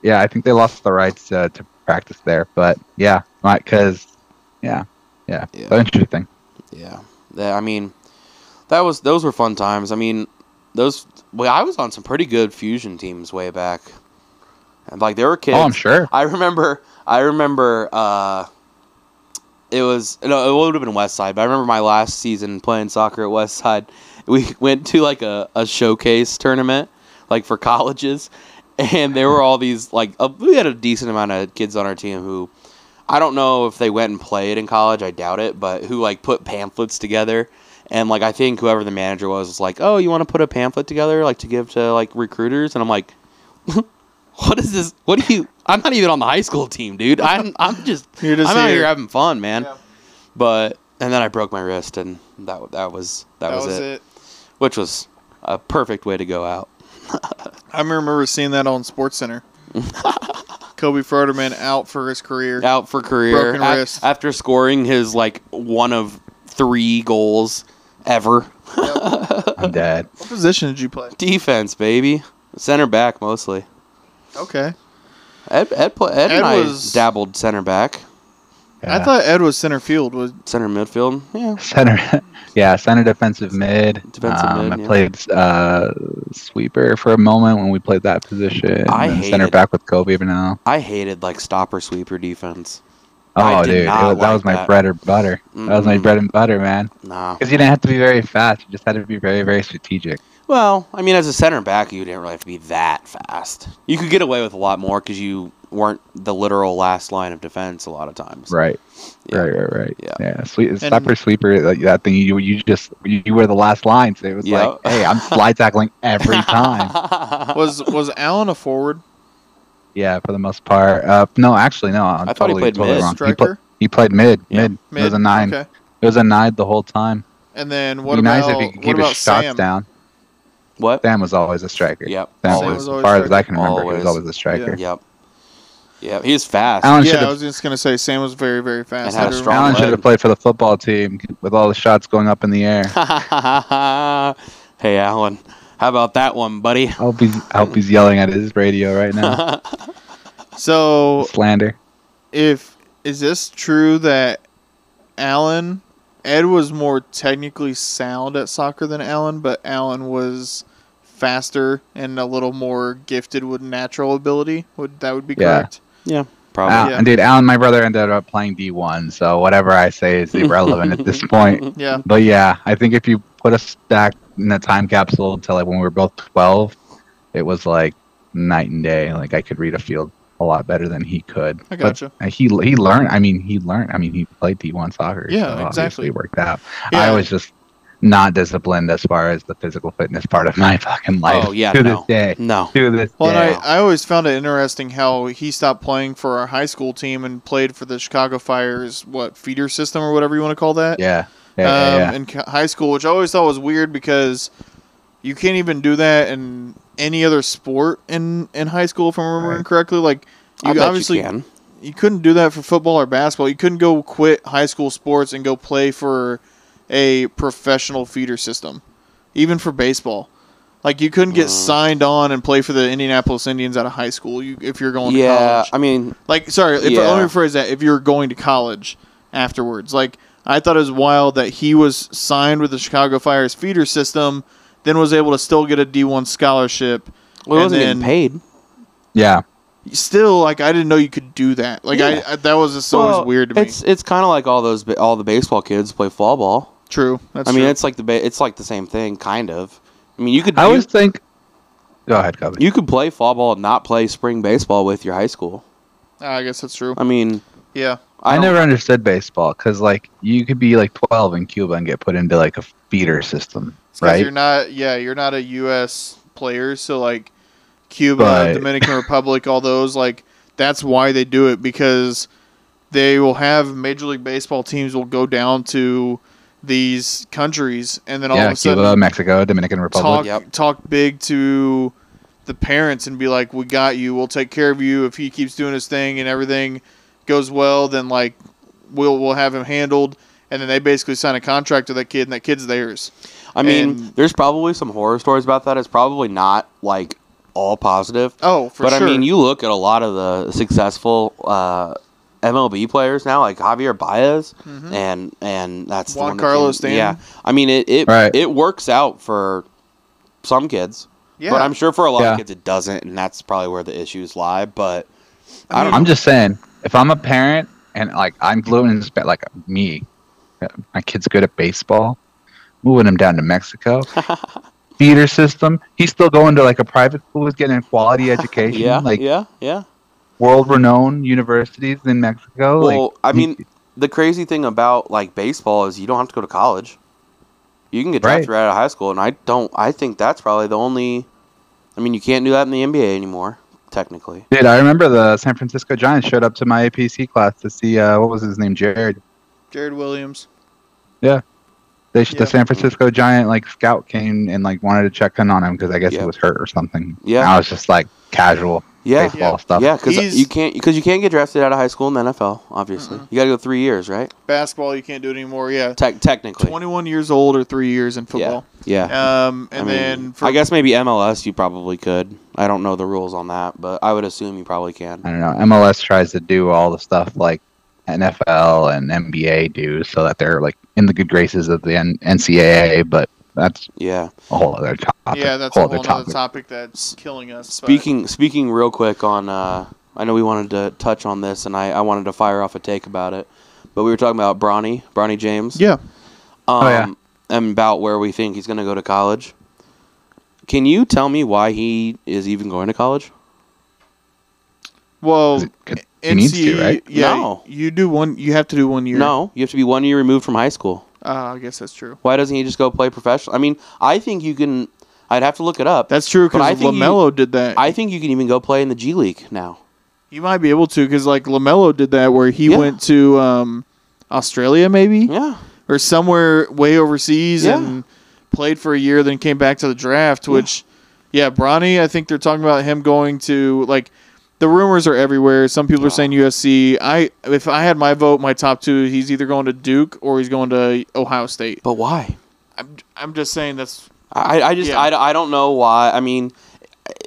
S2: Yeah, I think they lost the rights uh, to practice there, but yeah, because yeah, yeah,
S3: Yeah.
S2: So interesting.
S3: Yeah, that, I mean, that was those were fun times. I mean, those. Well, I was on some pretty good fusion teams way back, and like there were kids.
S2: Oh,
S3: *laughs*
S2: I'm sure.
S3: I remember. I remember. Uh, it was no, it would have been West Side, but I remember my last season playing soccer at West Side. We *laughs* went to like a, a showcase tournament, like for colleges, *laughs* and there were all these like a, we had a decent amount of kids on our team who I don't know if they went and played in college. I doubt it, but who like put pamphlets together. And like I think whoever the manager was was like, "Oh, you want to put a pamphlet together like to give to like recruiters?" And I'm like, *laughs* what is this? What do you? *laughs* I'm not even on the high school team, dude. I'm I'm just,
S1: *laughs* You're just
S3: I'm out
S1: here.
S3: here having fun, man.
S1: Yeah.
S3: But and then I broke my wrist, and that that was that, was, it, which was a perfect way to go out.
S1: I remember seeing that on Sports
S3: *laughs*
S1: Center. Kobe Froderman out for his career.
S3: Out for career
S1: Broken
S3: a-
S1: wrist.
S3: after scoring his like one of three goals ever.
S2: I'm dead.
S1: What position did you play?
S3: Defense, baby, center back mostly.
S1: Okay.
S3: Ed Ed, pla Ed,
S1: Ed
S3: and I
S1: was-
S3: dabbled center back,
S1: I
S2: Yeah.
S1: thought Ed was center field. Was
S3: center midfield. Yeah,
S2: center, *laughs* yeah, center defensive mid.
S3: Defensive
S2: um,
S3: mid,
S2: I
S3: yeah.
S2: played uh, sweeper for a moment when we played that position.
S3: I
S2: and
S3: hate
S2: center
S3: it.
S2: back with Kobe, but now
S3: I hated like stopper sweeper defense. I
S2: oh
S3: did
S2: dude, it
S3: not
S2: was- that
S3: like
S2: was my
S3: that.
S2: bread and butter. That was my
S3: Mm-mm.
S2: bread and butter, man.
S3: Nah.
S2: Because you didn't have to be very fast; you just had to be very, very strategic.
S3: Well, I mean, as a center back, you didn't really have to be that fast. You could get away with a lot more because you weren't the literal last line of defense a lot of times.
S2: Right,
S3: Yeah.
S2: right, right, right.
S3: Yeah.
S2: Yeah, Sweet, stopper sweeper. Like, that thing you you just you, you were the last line, so it was
S3: Yeah.
S2: like, hey, I'm slide tackling
S3: *laughs*
S2: every time.
S1: was was Allen a forward?
S2: yeah, for the most part. Uh, no, actually, no. I'm
S3: I thought he
S2: totally,
S3: played
S2: totally
S3: mid.
S2: wrong. He, pla-
S1: Striker?
S2: he played mid,
S3: Yeah.
S2: mid. It was a nine.
S1: Okay.
S2: It was a nine the whole time.
S1: And then what
S2: What be
S1: about
S2: nice if he could
S1: what
S2: keep
S1: about
S2: his shots
S1: Sam?
S2: down.
S3: what?
S2: Sam was always a striker.
S3: Yep.
S2: Sam
S1: Sam
S2: was,
S1: was
S2: as
S1: always
S2: far as I
S1: striker.
S2: can remember, he
S3: Always.
S2: was always a striker.
S3: Yep. Yep. He was fast.
S2: Alan should
S1: Yeah, I
S2: have
S1: was just gonna say Sam was very very fast.
S3: And had a
S1: I don't
S3: strong
S1: remember.
S2: Alan should
S3: leg.
S2: have played for the football team with all the shots going up in
S3: *laughs*
S2: the air.
S3: hey, Alan. How about that one, buddy?
S2: I hope he's, I hope he's yelling at his radio
S3: *laughs*
S2: right now.
S1: So
S2: Slander.
S1: if is this true that Allen Ed was more technically sound at soccer than Allen, but Allen was faster and a little more gifted with natural ability. Would that would be
S2: Yeah.
S1: correct?
S3: yeah,
S2: Al-
S3: probably.
S1: yeah.
S2: And dude, Alan, my brother ended up playing D1, so whatever I say is irrelevant at this
S3: *laughs*
S2: point.
S1: Yeah.
S2: But yeah, I think if you put us back in the time capsule to like when we were both 12, it was like night and day. Like I could read a field a lot better than he could.
S1: I
S2: But
S1: gotcha.
S2: Uh, he he learned. I mean, he learned. I mean, he played D1 soccer.
S1: Yeah,
S2: so obviously
S1: exactly.
S2: It worked out.
S1: Yeah.
S2: I was just not disciplined as far as the physical fitness part of my *laughs* fucking life.
S3: Oh, yeah,
S2: to
S3: no.
S2: this day.
S3: No.
S2: To this
S1: Well,
S2: day.
S1: and I, I always found it interesting how he stopped playing for our high school team and played for the Chicago Fire's what feeder system or whatever you want to call that.
S2: yeah. Yeah. yeah,
S1: um,
S2: yeah.
S1: in co- high school, which I always thought was weird because you can't even do that in any other sport in, in high school, if I'm remembering
S2: Right.
S1: correctly. Like,
S3: I
S1: you
S3: bet
S1: obviously
S3: you can.
S1: you couldn't do that for football or basketball. You couldn't go quit high school sports and go play for a professional feeder system, even for baseball. Like you couldn't get signed on and play for the Indianapolis Indians out of high school. You, if you're going to
S3: Yeah,
S1: college,
S3: I mean,
S1: like, sorry, if
S3: Yeah.
S1: let me rephrase that. If you're going to college afterwards, like, I thought it was wild that he was signed with the Chicago Fire's feeder system, then was able to still get a D1 scholarship.
S3: well,
S1: and
S3: it wasn't getting
S1: then
S3: paid.
S2: yeah.
S1: Still, like, I didn't know you could do that. Like,
S3: Yeah.
S1: I, I that was just always weird to me.
S3: It's it's kind of like all those ba- all the baseball kids play fall ball.
S1: True. That's
S3: I mean,
S1: true.
S3: it's like the ba- it's like the same thing, kind of. I mean, you could
S2: I
S3: you,
S2: always think. Go ahead, Kobe.
S3: you could play fall ball and not play spring baseball with your high school.
S1: Ah, I guess that's true.
S3: I mean,
S1: Yeah.
S2: I,
S3: I,
S2: never understood baseball because, like, you could be like 12 in Cuba and get put into like a feeder system,
S1: It's 'cause
S2: right?
S1: You're not. Yeah, you're not a U.S. player, so like Cuba,
S2: But-
S1: Dominican Republic, all those like that's why they do it because they will have Major League Baseball teams will go down to these countries and then all
S2: Yeah,
S1: of a sudden
S2: Cuba, Mexico, Dominican
S1: talk
S2: Republic.
S3: Yep.
S1: talk big to the parents and be like, "We got you. We'll take care of you if he keeps doing his thing and everything goes well. Then like, we'll we'll have him handled." and then they basically sign a contract to that kid, and that kid's theirs.
S3: I mean,
S1: And-
S3: there's probably some horror stories about that. It's probably not like all positive.
S1: Oh, for
S3: but
S1: sure.
S3: I mean, you look at a lot of the successful uh, MLB players now, like Javier Baez,
S1: Mm-hmm.
S3: and and that's
S1: Juan
S3: the one that
S1: Carlos
S3: came-
S1: Stanton.
S3: Yeah, I mean, it it,
S2: Right.
S3: it works out for some kids,
S1: yeah,
S3: but I'm sure for a lot
S2: Yeah.
S3: of kids it doesn't, and that's probably where the issues lie. But I don't.
S2: I'm just saying, if I'm a parent and like I'm fluent in Spanish, like me, uh, my kid's good at baseball, moving him down to Mexico, theater system, he's still going to like a private school, he's getting a quality education,
S3: yeah,
S2: like
S3: yeah, yeah.
S2: world renowned universities in Mexico.
S3: Well,
S2: like,
S3: I
S2: he-
S3: mean, the crazy thing about like baseball is you don't have to go to college. You can get drafted
S2: Right.
S3: right, out of high school, and I don't. I think that's probably the only. I mean, you can't do that in the NBA anymore, technically.
S2: dude, I remember the San Francisco Giants showed up to my APC class to see uh, what was his name, Jared.
S1: Jared Williams.
S2: They,
S1: Yeah.
S2: sh The San Francisco Giant like scout came and like wanted to check in on him because I guess
S3: Yeah.
S2: he was hurt or something.
S3: Yeah.
S2: and I was just like casual
S3: Yeah,
S2: baseball stuff.
S3: yeah, because
S1: He's- Mm-hmm.
S3: you can't because you can't get drafted out of high school in the NFL. Obviously, you got to go three years, right?
S1: Basketball, you can't do it anymore. Yeah,
S3: Te- technically,
S1: 21 years old or three years in
S3: yeah,
S1: football.
S3: yeah.
S1: Um, and
S3: I mean,
S1: then for
S3: I guess maybe MLS you probably could. I don't know the rules on that, but I would assume you probably can.
S2: I don't know. MLS tries to do all the stuff like NFL and NBA do, so that they're like in the good graces of the N- NCAA. But that's
S3: Yeah.
S2: a whole other topic.
S1: yeah, that's a whole other topic. that's killing us. but-
S3: Speaking speaking real quick on uh, I know we wanted to touch on this and I, I wanted to fire off a take about it, but we were talking about Bronny Bronny James.
S1: yeah,
S3: Um,
S2: Oh, yeah.
S3: And about where we think he's gonna go to college. Can you tell me why he is even going to college?
S1: well,
S2: He needs to, right?
S1: Yeah,
S3: No.
S1: you do one. You have to do one year.
S3: No, you have to be one year removed from high school.
S1: uh, I guess that's true.
S3: Why doesn't he just go play professional? I mean, I think you can. I'd have to look it up.
S1: That's true
S3: But I
S1: because
S3: think you-
S1: Lamelo did that.
S3: I think you can even go play in the G League now.
S1: you might be able to because like Lamelo did that where he
S3: Yeah.
S1: went to um, Australia maybe
S3: Yeah.
S1: or somewhere way overseas
S3: Yeah.
S1: and played for a year, then came back to the draft. Which, yeah, Bronny, I think they're talking about him going to like. The rumors are everywhere. Some people are saying USC. I if I had my vote, my top two, he's either going to Duke or he's going to Ohio State.
S3: But why?
S1: I'm, I'm just saying that's
S3: I, I just
S1: Yeah.
S3: I, I don't know why. I mean,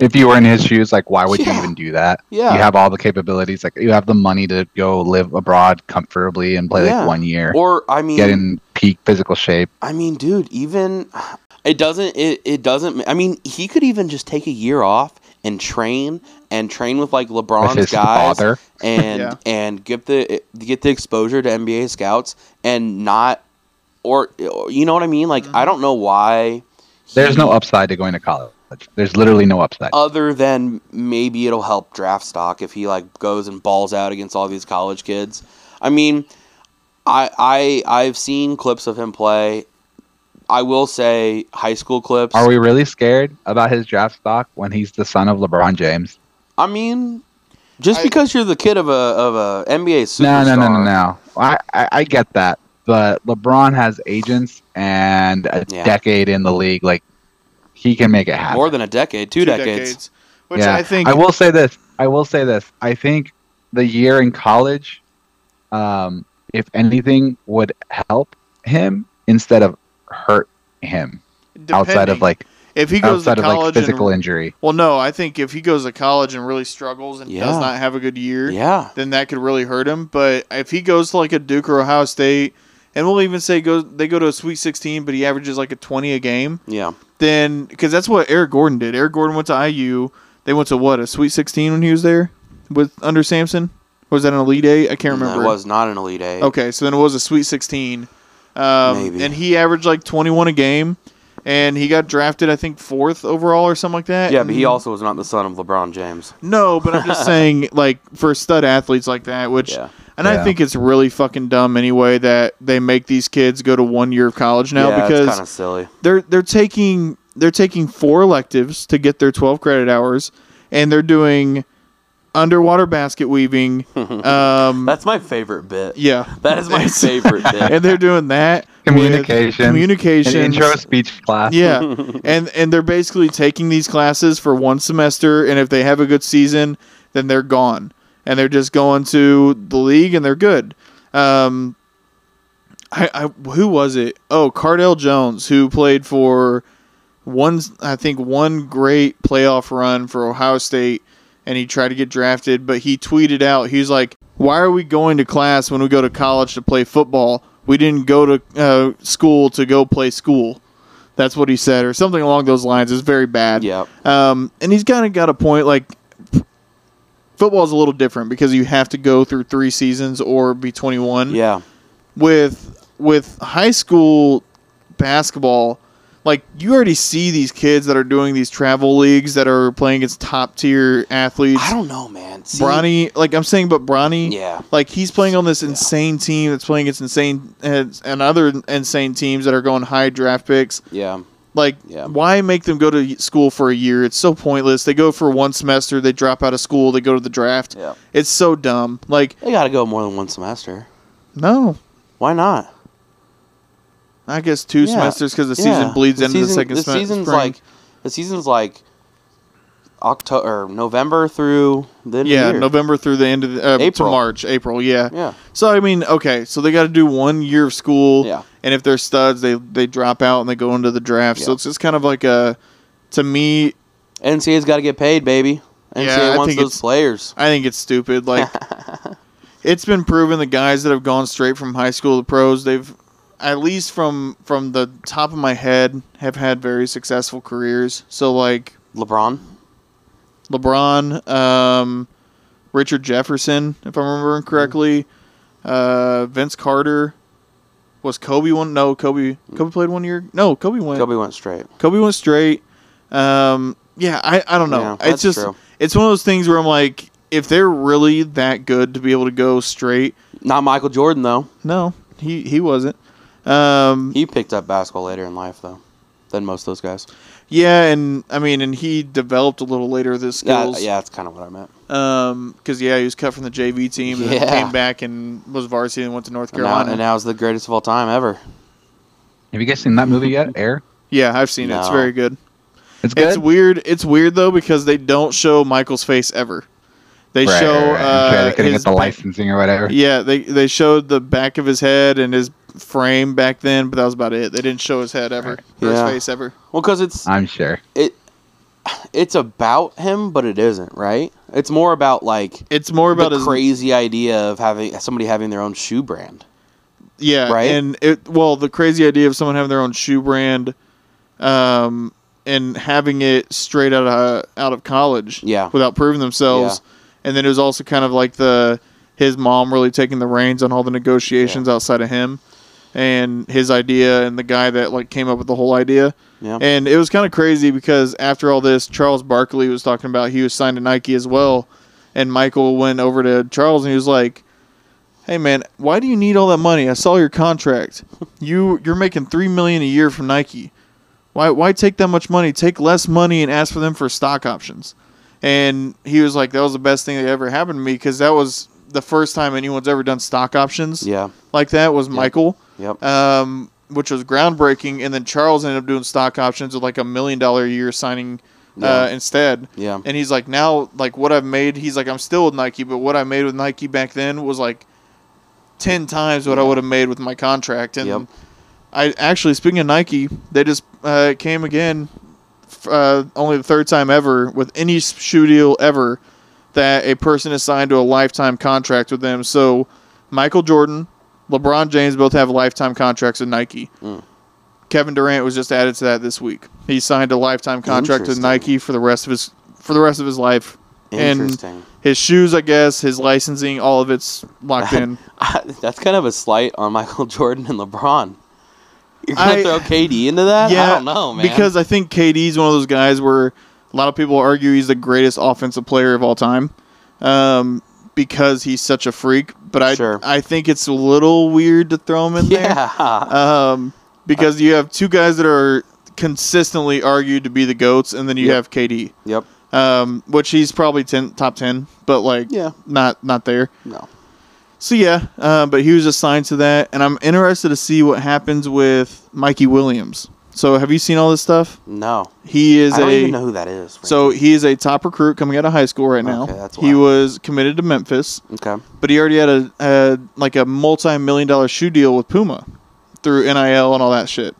S2: If you were in his shoes, like, why would
S3: Yeah.
S2: you even do that?
S3: Yeah.
S2: You have all the capabilities. Like, you have the money to go live abroad comfortably and play
S3: Yeah.
S2: like one year,
S3: or I mean,
S2: get in peak physical shape.
S3: I mean, dude, even it doesn't it, it doesn't I mean, he could even just take a year off and train and train with like LeBron's
S2: his
S3: guys
S2: father.
S3: and
S1: Yeah.
S3: and get the get the exposure to NBA scouts and not or you know what I mean? Like
S1: Mm-hmm.
S3: I don't know why
S2: There's no upside to going to college. There's literally no upside.
S3: other than maybe it'll help draft stock if he like goes and balls out against all these college kids. I mean, I I I've seen clips of him play. I will say high school clips.
S2: Are we really scared about his draft stock when he's the son of LeBron James?
S3: I mean, just
S1: I-
S3: because you're the kid of a of a NBA
S2: No,
S3: superstar.
S2: no, no, no, no. I, I, I get that, but LeBron has agents and a
S3: Yeah.
S2: decade in the league. Like he can make it happen.
S3: More than a decade, two, decades.
S1: which
S2: Yeah.
S1: I think
S2: I will say this. I will say this. I think the year in college, um, if anything, would help him instead of hurt him outside of
S1: depending-
S2: like
S1: if he goes to
S2: outside of like
S1: college
S2: physical
S1: and,
S2: injury.
S1: well no I think if he goes to college and really struggles and does
S3: Yeah.
S1: not have a good year
S3: Yeah,
S1: then that could really hurt him but if he goes to like a Duke or Ohio State and we'll even say goes they go to a Sweet 16 but he averages like a 20 a game
S3: yeah,
S1: then because that's what Eric Gordon did Eric Gordon went to IU they went to what a Sweet 16 when he was there with under Samson Or was that an Elite Eight I can't
S3: No,
S1: remember
S3: It was not an elite eight.
S1: Okay, so then it was a Sweet 16. Um,
S3: Maybe.
S1: And he averaged like 21 a game, and he got drafted, I think, fourth overall or something like that.
S3: Yeah, but he
S1: And-
S3: also was not the son of LeBron James.
S1: No, but I'm
S3: *laughs*
S1: just saying, like, for stud athletes like that, which.
S3: Yeah.
S1: And I
S2: Yeah.
S1: think it's really fucking dumb anyway that they make these kids go to one year of college now
S3: yeah,
S1: because
S3: it's kind of silly.
S1: they're they're taking they're taking four electives to get their 12 credit hours and they're doing underwater basket
S3: *laughs*
S1: weaving um
S3: That's my favorite bit.
S1: yeah
S3: That is my favorite bit.
S1: and they're doing that
S2: *laughs* Communication. An
S1: communication
S2: intro speech class.
S1: yeah and and they're basically taking these classes for one semester and if they have a good season then they're gone and they're just going to the league and they're good um I, I who was it? Oh, Cardell Jones, who played for one, I think one great playoff run for Ohio State, and he tried to get drafted, but he tweeted out, he's like, "Why are we going to class when we go to college to play football? We didn't go to uh, school to go play school." That's what he said, or something along those lines. It's very bad.
S3: Yeah.
S1: Um, and he's kind of got a point. Like football's a little different because you have to go through three seasons or be 21
S3: Yeah.
S1: with with high school basketball like you already see these kids that are doing these travel leagues that are playing against top tier athletes
S3: I don't know, man. See,
S1: Bronny like I'm saying but Bronny
S3: Yeah.
S1: like he's playing on this insane team that's playing against insane and, and other insane teams that are going high draft picks
S3: Yeah.
S1: like
S3: Yeah.
S1: why make them go to school for a year it's so pointless they go for one semester they drop out of school they go to the draft
S3: Yeah.
S1: it's so dumb like
S3: They got to go more than one semester.
S1: no
S3: Why not?
S1: I guess two
S3: Yeah.
S1: semesters 'cause semesters because the
S3: Yeah.
S1: season bleeds into the
S3: season-
S1: second semester.
S3: season's like the season's like October, November through then
S1: yeah,
S3: year.
S1: November through the end of the, uh,
S3: April.
S1: to March, April. Yeah.
S3: Yeah.
S1: So I mean, okay, so they got to do one year of school,
S3: Yeah.
S1: and if they're studs, they they drop out and they go into the draft. So
S3: Yeah.
S1: it's just kind of like a, to me,
S3: NCAA's got to get paid, baby. NCAA
S1: Yeah, I
S3: wants
S1: think
S3: those
S1: it's-
S3: players.
S1: I think it's stupid.
S3: *laughs*
S1: Like, it's been proven the guys that have gone straight from high school to pros, they've at least from from the top of my head have had very successful careers. So like
S3: LeBron.
S1: LeBron, um, Richard Jefferson, if I'm remembering correctly, uh, Vince Carter. Was Kobe one? No, Kobe. Kobe played one year. No, Kobe went. Kobe,
S3: Kobe went straight.
S1: went straight. Um, yeah, I, I don't know.
S3: Yeah,
S1: it's
S3: that's
S1: just
S3: true.
S1: it's one of those things where I'm like, if they're really that good to be able to go straight,
S3: Not Michael Jordan though.
S1: no, he he wasn't. Um,
S3: He picked up basketball later in life though, than most of those guys.
S1: yeah, and I mean, and he developed a little later this
S3: Yeah,
S1: skills.
S3: yeah, that's kind of what I meant.
S1: Um, because yeah, he was cut from the JV team and then
S3: Yeah.
S1: came back and was varsity and went to North
S3: And now,
S1: Carolina.
S3: and now is the greatest of all time ever.
S2: Have you guys seen that movie yet? Air.
S1: yeah, I've seen it. It's
S3: No.
S1: very good.
S2: It's good.
S1: It's weird. It's weird though because they don't show Michael's face ever. They
S2: Right,
S1: show
S2: right, right. I'm sure
S1: uh,
S2: they couldn't
S1: his
S2: get the
S1: back-
S2: licensing or whatever.
S1: Yeah, they they showed the back of his head and his frame back then, but that was about it. They didn't show his head ever or
S3: Yeah.
S1: his face ever.
S3: Well, because it's
S2: I'm sure.
S3: it, it's about him, but it isn't right. It's more about like
S1: It's more about
S3: the
S1: his
S3: crazy idea of having somebody having their own shoe brand.
S1: Yeah,
S3: Right?
S1: And it well, the crazy idea of someone having their own shoe brand, um, and having it straight out of out of college,
S3: Yeah.
S1: without proving themselves, and then it was also kind of like the his mom really taking the reins on all the negotiations outside of him, and his idea and the guy that like came up with the whole idea.
S3: Yeah.
S1: And it was kind of crazy because after all this, Charles Barkley was talking about he was signed to Nike as well. And Michael went over to Charles and he was like, Hey man, why do you need all that money? I saw your contract. You you're making three million a year from Nike. Why why take that much money? Take less money and ask for them for stock options. And he was like, That was the best thing that ever happened to me because that was the first time anyone's ever done stock options
S3: yeah.
S1: like that was Michael
S3: Yep.
S1: um, which was groundbreaking. And then Charles ended up doing stock options with like a million dollar a year signing uh,
S3: Yeah.
S1: instead.
S3: yeah.
S1: And he's like, now, like what I've made, he's like, I'm still with Nike, but what I made with Nike back then was like 10 times what I would have made with my contract. And
S3: Yep.
S1: I actually, speaking of Nike, they just uh, came again, f- uh, only the third time ever with any s- shoe deal ever that a person is signed to a lifetime contract with them. So Michael Jordan, LeBron James both have lifetime contracts with Nike.
S3: Mm.
S1: Kevin Durant was just added to that this week. He signed a lifetime contract with
S3: Interesting.
S1: Nike for the rest of his for the rest of his life. And
S3: Interesting. *laughs*
S1: his shoes, I guess, his licensing, all of it's
S3: *laughs*
S1: locked in.
S3: That's kind of a slight on Michael *laughs* Jordan and LeBron. You're gonna
S1: I-
S3: throw KD into that?
S1: Yeah,
S3: I don't know, man.
S1: Because I think KD's one of those guys where a lot of people argue he's the greatest offensive player of all time, um, because he's such a freak. But I
S3: Sure.
S1: I think it's a little weird to throw him in
S3: *laughs* *laughs* yeah,
S1: there, um, because you have two guys that are consistently argued to be the goats, and then you
S3: Yep.
S1: have KD,
S3: yep,
S1: um, which he's probably ten, top ten, but like
S3: Yeah.
S1: not not there.
S3: no,
S1: So yeah, uh, but he was assigned to that, and I'm interested to see what happens with Mikey Williams. So have you seen all this stuff?
S3: no.
S1: He is
S3: I don't
S1: a
S3: even know who that is.
S1: so
S3: frankly.
S1: he is a top recruit coming out of high school right now.
S3: Okay, that's
S1: he
S3: wild.
S1: was committed to Memphis,
S3: okay,
S1: but he already had a, a like a multi-million dollar shoe deal with Puma. through NIL and all that shit.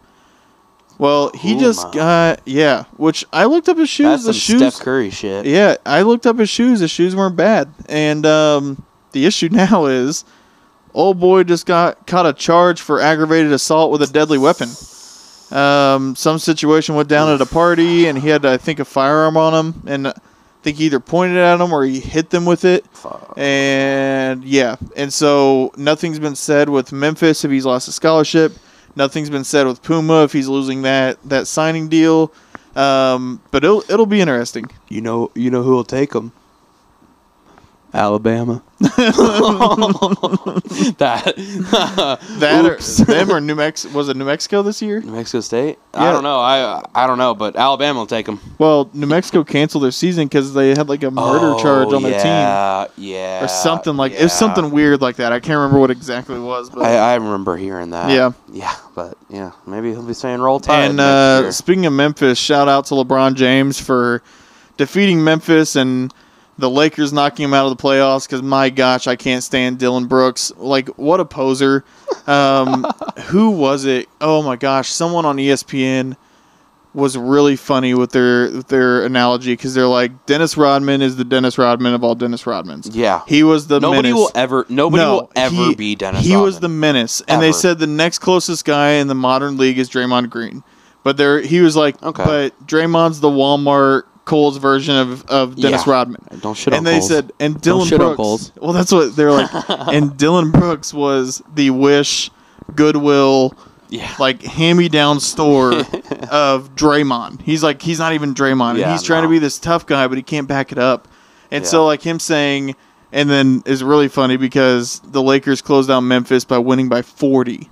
S1: Well, he
S3: Ooh,
S1: just
S3: my.
S1: got yeah. Which I looked up his shoes.
S3: That's
S1: the
S3: some
S1: shoes.
S3: Steph Curry shit.
S1: Yeah, I looked up his shoes. His shoes weren't bad. And um, the issue *laughs* now is, old boy just got caught a charge for aggravated assault with a deadly weapon. Um, some situation went down at a party, and he had, I think, a firearm on him, and I think he either pointed it at him or he hit them with it.
S3: Fuck.
S1: And yeah, and so nothing's been said with Memphis if he's lost a scholarship. Nothing's been said with Puma if he's losing that that signing deal. Um, but it'll it'll be interesting.
S3: You know, you know who will take them.
S1: *laughs*
S3: Alabama. that
S1: That or,
S3: Oops.
S1: them or New Mexico was it New Mexico this year?
S3: New Mexico State.
S1: Yeah.
S3: I don't know. I I don't know, but Alabama will take them.
S1: Well, New Mexico canceled their season because they had like a murder charge on their team
S3: yeah, Oh, Yeah,
S1: or something like
S3: yeah.
S1: it's something weird like that. I can't remember what exactly it was, but
S3: I, I remember hearing that.
S1: Yeah.
S3: yeah, but yeah, maybe he'll be saying roll tide.
S1: and
S3: next
S1: uh,
S3: year.
S1: speaking of Memphis, shout out to LeBron James for defeating Memphis and the Lakers knocking him out of the playoffs. Because my gosh, I can't stand Dylan Brooks. Like what a poser.
S3: *laughs*
S1: Um, who was it? Oh my gosh, someone on E ESPN was really funny with their with their analogy because they're like Dennis Rodman is the Dennis Rodman of all Dennis Rodmans.
S3: yeah,
S1: He was the
S3: nobody
S1: menace.
S3: will ever nobody will ever
S1: he-
S3: be Dennis.
S1: He was the
S3: Rodman.
S1: menace, and they
S3: Ever.
S1: said the next closest guy in the modern league is Draymond Green. But there, he was like,
S3: Okay.
S1: but Draymond's the Walmart Coles version of, of Dennis
S3: Yeah.
S1: Rodman.
S3: don't shit on
S1: and they
S3: Coles.
S1: said, and
S3: Don't
S1: Dylan
S3: shit on
S1: Brooks.
S3: Coles.
S1: Well, that's what they're
S3: *laughs*
S1: like. and Dylan Brooks was the Wish, Goodwill,
S3: yeah,
S1: like hand-me-down store
S3: *laughs*
S1: of Draymond. He's like he's not even Draymond. and
S3: Yeah,
S1: he's trying to
S3: no.
S1: be this tough guy, but he can't back it up. And
S3: Yeah.
S1: so like him saying, and then is really funny because the Lakers closed out Memphis by winning by
S3: *laughs*
S1: 40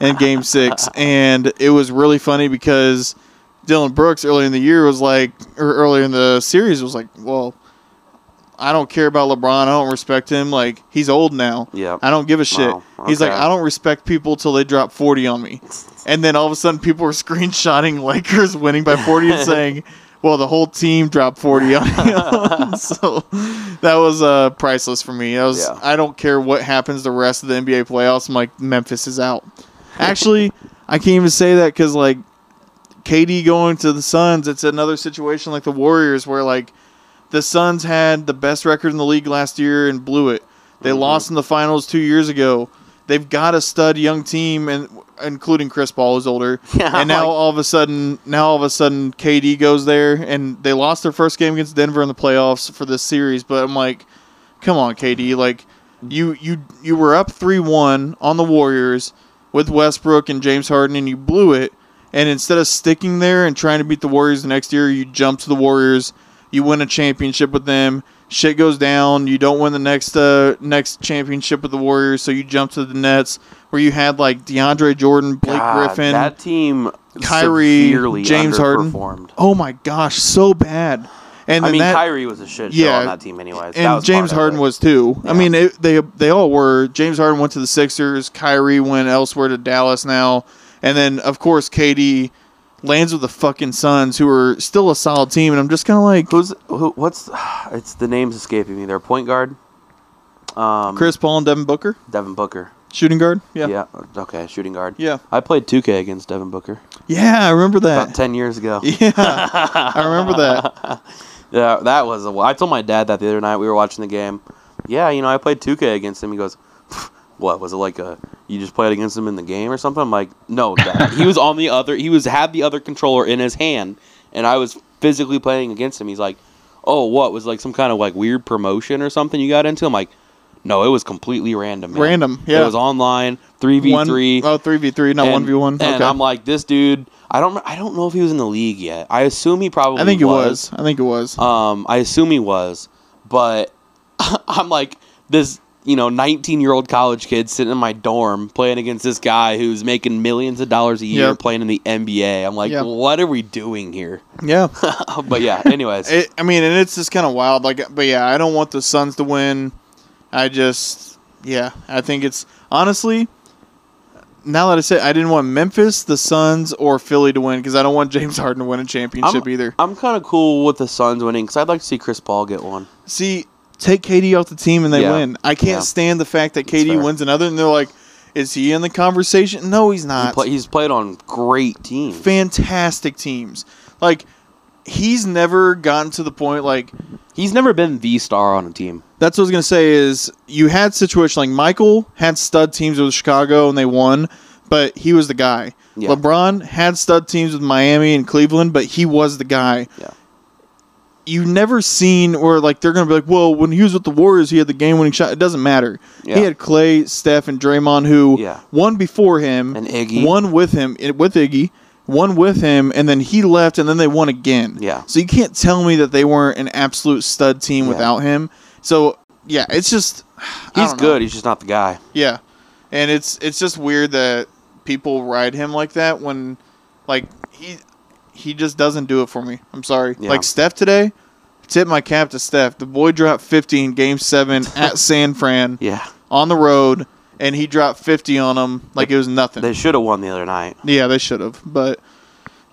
S1: in Game Six, and it was really funny because Dylan Brooks earlier in the year was like, or earlier in the series was like, well. I don't care about LeBron. I don't respect him. Like he's old now.
S3: Yep.
S1: I don't give a shit.
S3: Wow,
S1: He's like,
S3: okay.
S1: I don't respect people till they drop forty on me. And then all of a sudden, people were *laughs* screenshotting Lakers winning by 40 and
S3: *laughs*
S1: saying, well, the whole team dropped 40 on him. *laughs* so that was uh, priceless for me. I, was,
S3: Yeah.
S1: I don't care what happens the rest of the NBA playoffs. I'm like, Memphis is out. Actually, I can't even say that because, like, KD going to the Suns, it's another situation like the Warriors where, like, the Suns had the best record in the league last year and blew it. They
S3: Mm-hmm.
S1: lost in the finals two years ago. They've got a stud young team, and including Chris Paul is older.
S3: *laughs* Yeah,
S1: and now
S3: like-
S1: all of a sudden, now all of a sudden, KD goes there, and they lost their first game against Denver in the playoffs for this series. But I'm like, come on, KD, like you you you were up three one on the Warriors with Westbrook and James Harden, and you blew it. And instead of sticking there and trying to beat the Warriors the next year, you jump to the Warriors. You win a championship with them. Shit goes down. You don't win the next uh, next championship with the Warriors, so you jump to the Nets, where you had like DeAndre Jordan, Blake
S3: God,
S1: Griffin,
S3: that team,
S1: Kyrie,
S3: severely
S1: James Harden.
S3: underperformed.
S1: Oh my gosh, so bad. And
S3: I
S1: then
S3: mean,
S1: that,
S3: Kyrie was a shit show
S1: Yeah,
S3: on that team, anyways. That
S1: and
S3: was
S1: James
S3: part of
S1: Harden
S3: it.
S1: was too. I
S3: Yeah.
S1: mean, it, they they all were. James Harden went to the Sixers. Kyrie went elsewhere to Dallas now, and then of course KD lands with the fucking Suns, who are still a solid team. And I'm just kind of like
S3: Who's who? What's *sighs* it's the name's escaping me. Their point guard, um,
S1: Chris Paul and Devin Booker,
S3: Devin Booker.
S1: shooting guard. Yeah,
S3: Yeah.
S1: yeah,
S3: Okay. Shooting guard.
S1: Yeah. Eh.
S3: I played 2K against Devin Booker
S1: I remember
S3: about
S1: that.
S3: 10
S1: *laughs*
S3: years ago.
S1: yeah, I remember that.
S3: Yeah. That was a. I told my dad that the other night. We were watching the game. Yeah. You know, I played 2K against him. He goes, *laughs* "Pff, "What was it like? A you just played against him in the game or something?" I'm like, "No, *laughs* Dad." he was on the other. He was had the other controller in his hand, and I was physically playing against him. He's like, "Oh, what was it like some kind of like weird promotion or something you got into?" I'm like. No, it was completely random. Man.
S1: Random, yeah.
S3: It was online, *laughs* three v
S1: One-
S3: three.
S1: oh, three v three, not
S3: And-
S1: one v one.
S3: And
S1: Okay,
S3: I'm like, this dude. I don't. I don't know if he was in the league yet. I assume he probably.
S1: I think it
S3: was.
S1: was. I think it was.
S3: Um, I assume he was, but *laughs* I'm like this. You know, 19 year old college kid sitting in my dorm playing against this guy who's making millions of dollars a year
S1: Yep.
S3: playing in the NBA. I'm like,
S1: Yep.
S3: what are we doing here? *laughs* Uh,
S1: yeah. *laughs*
S3: but yeah. Anyways,
S1: It, I mean, and it's just kind of wild. Like, but yeah, I don't want the Suns to win. I just, yeah, I think it's honestly. Now that I say, I didn't want Memphis, the Suns, or Philly to win because I don't want James Harden to win a championship
S3: I'm,
S1: either.
S3: I'm kind of cool with the Suns winning because I'd like to see Chris Paul get one.
S1: See, take KD off the team and they
S3: Yeah.
S1: win. I can't
S3: Yeah.
S1: stand the fact that
S3: That's
S1: KD
S3: fair.
S1: wins another and they're like, Is he in the conversation? No, he's
S3: He
S1: not.
S3: play, he's played on great teams.
S1: Fantastic teams. Like he's never gotten to the point like
S3: He's never been the star on a team.
S1: That's what I was gonna say. Is you had situation like Michael had stud teams with Chicago and they won, but he was the guy.
S3: Yeah.
S1: LeBron had stud teams with Miami and Cleveland, but he was the guy.
S3: Yeah.
S1: You never seen or like they're gonna be like, well, when he was with the Warriors, he had the game winning shot. It doesn't matter.
S3: Yeah.
S1: He had Clay, Steph, and Draymond, who
S3: Yeah.
S1: won before him,
S3: And Iggy.
S1: Mm, one with him eh, with Iggy, one with him, and then he left, and then they won again.
S3: Yeah.
S1: So you can't tell me that they weren't an absolute stud team
S3: Yeah.
S1: without him. So yeah, it's just *sighs* I
S3: He's
S1: don't know.
S3: good. He's just not the guy.
S1: Yeah, and it's it's just weird that people ride him like that when, like he he just doesn't do it for me. I'm sorry.
S3: Yeah.
S1: Like Steph today, tip my cap to Steph. The boy dropped 15 game
S3: *laughs*
S1: seven at San Fran
S3: Yeah.
S1: on the road, and he dropped 50 on them like it was nothing.
S3: They should have won the other night.
S1: Yeah, they should have. But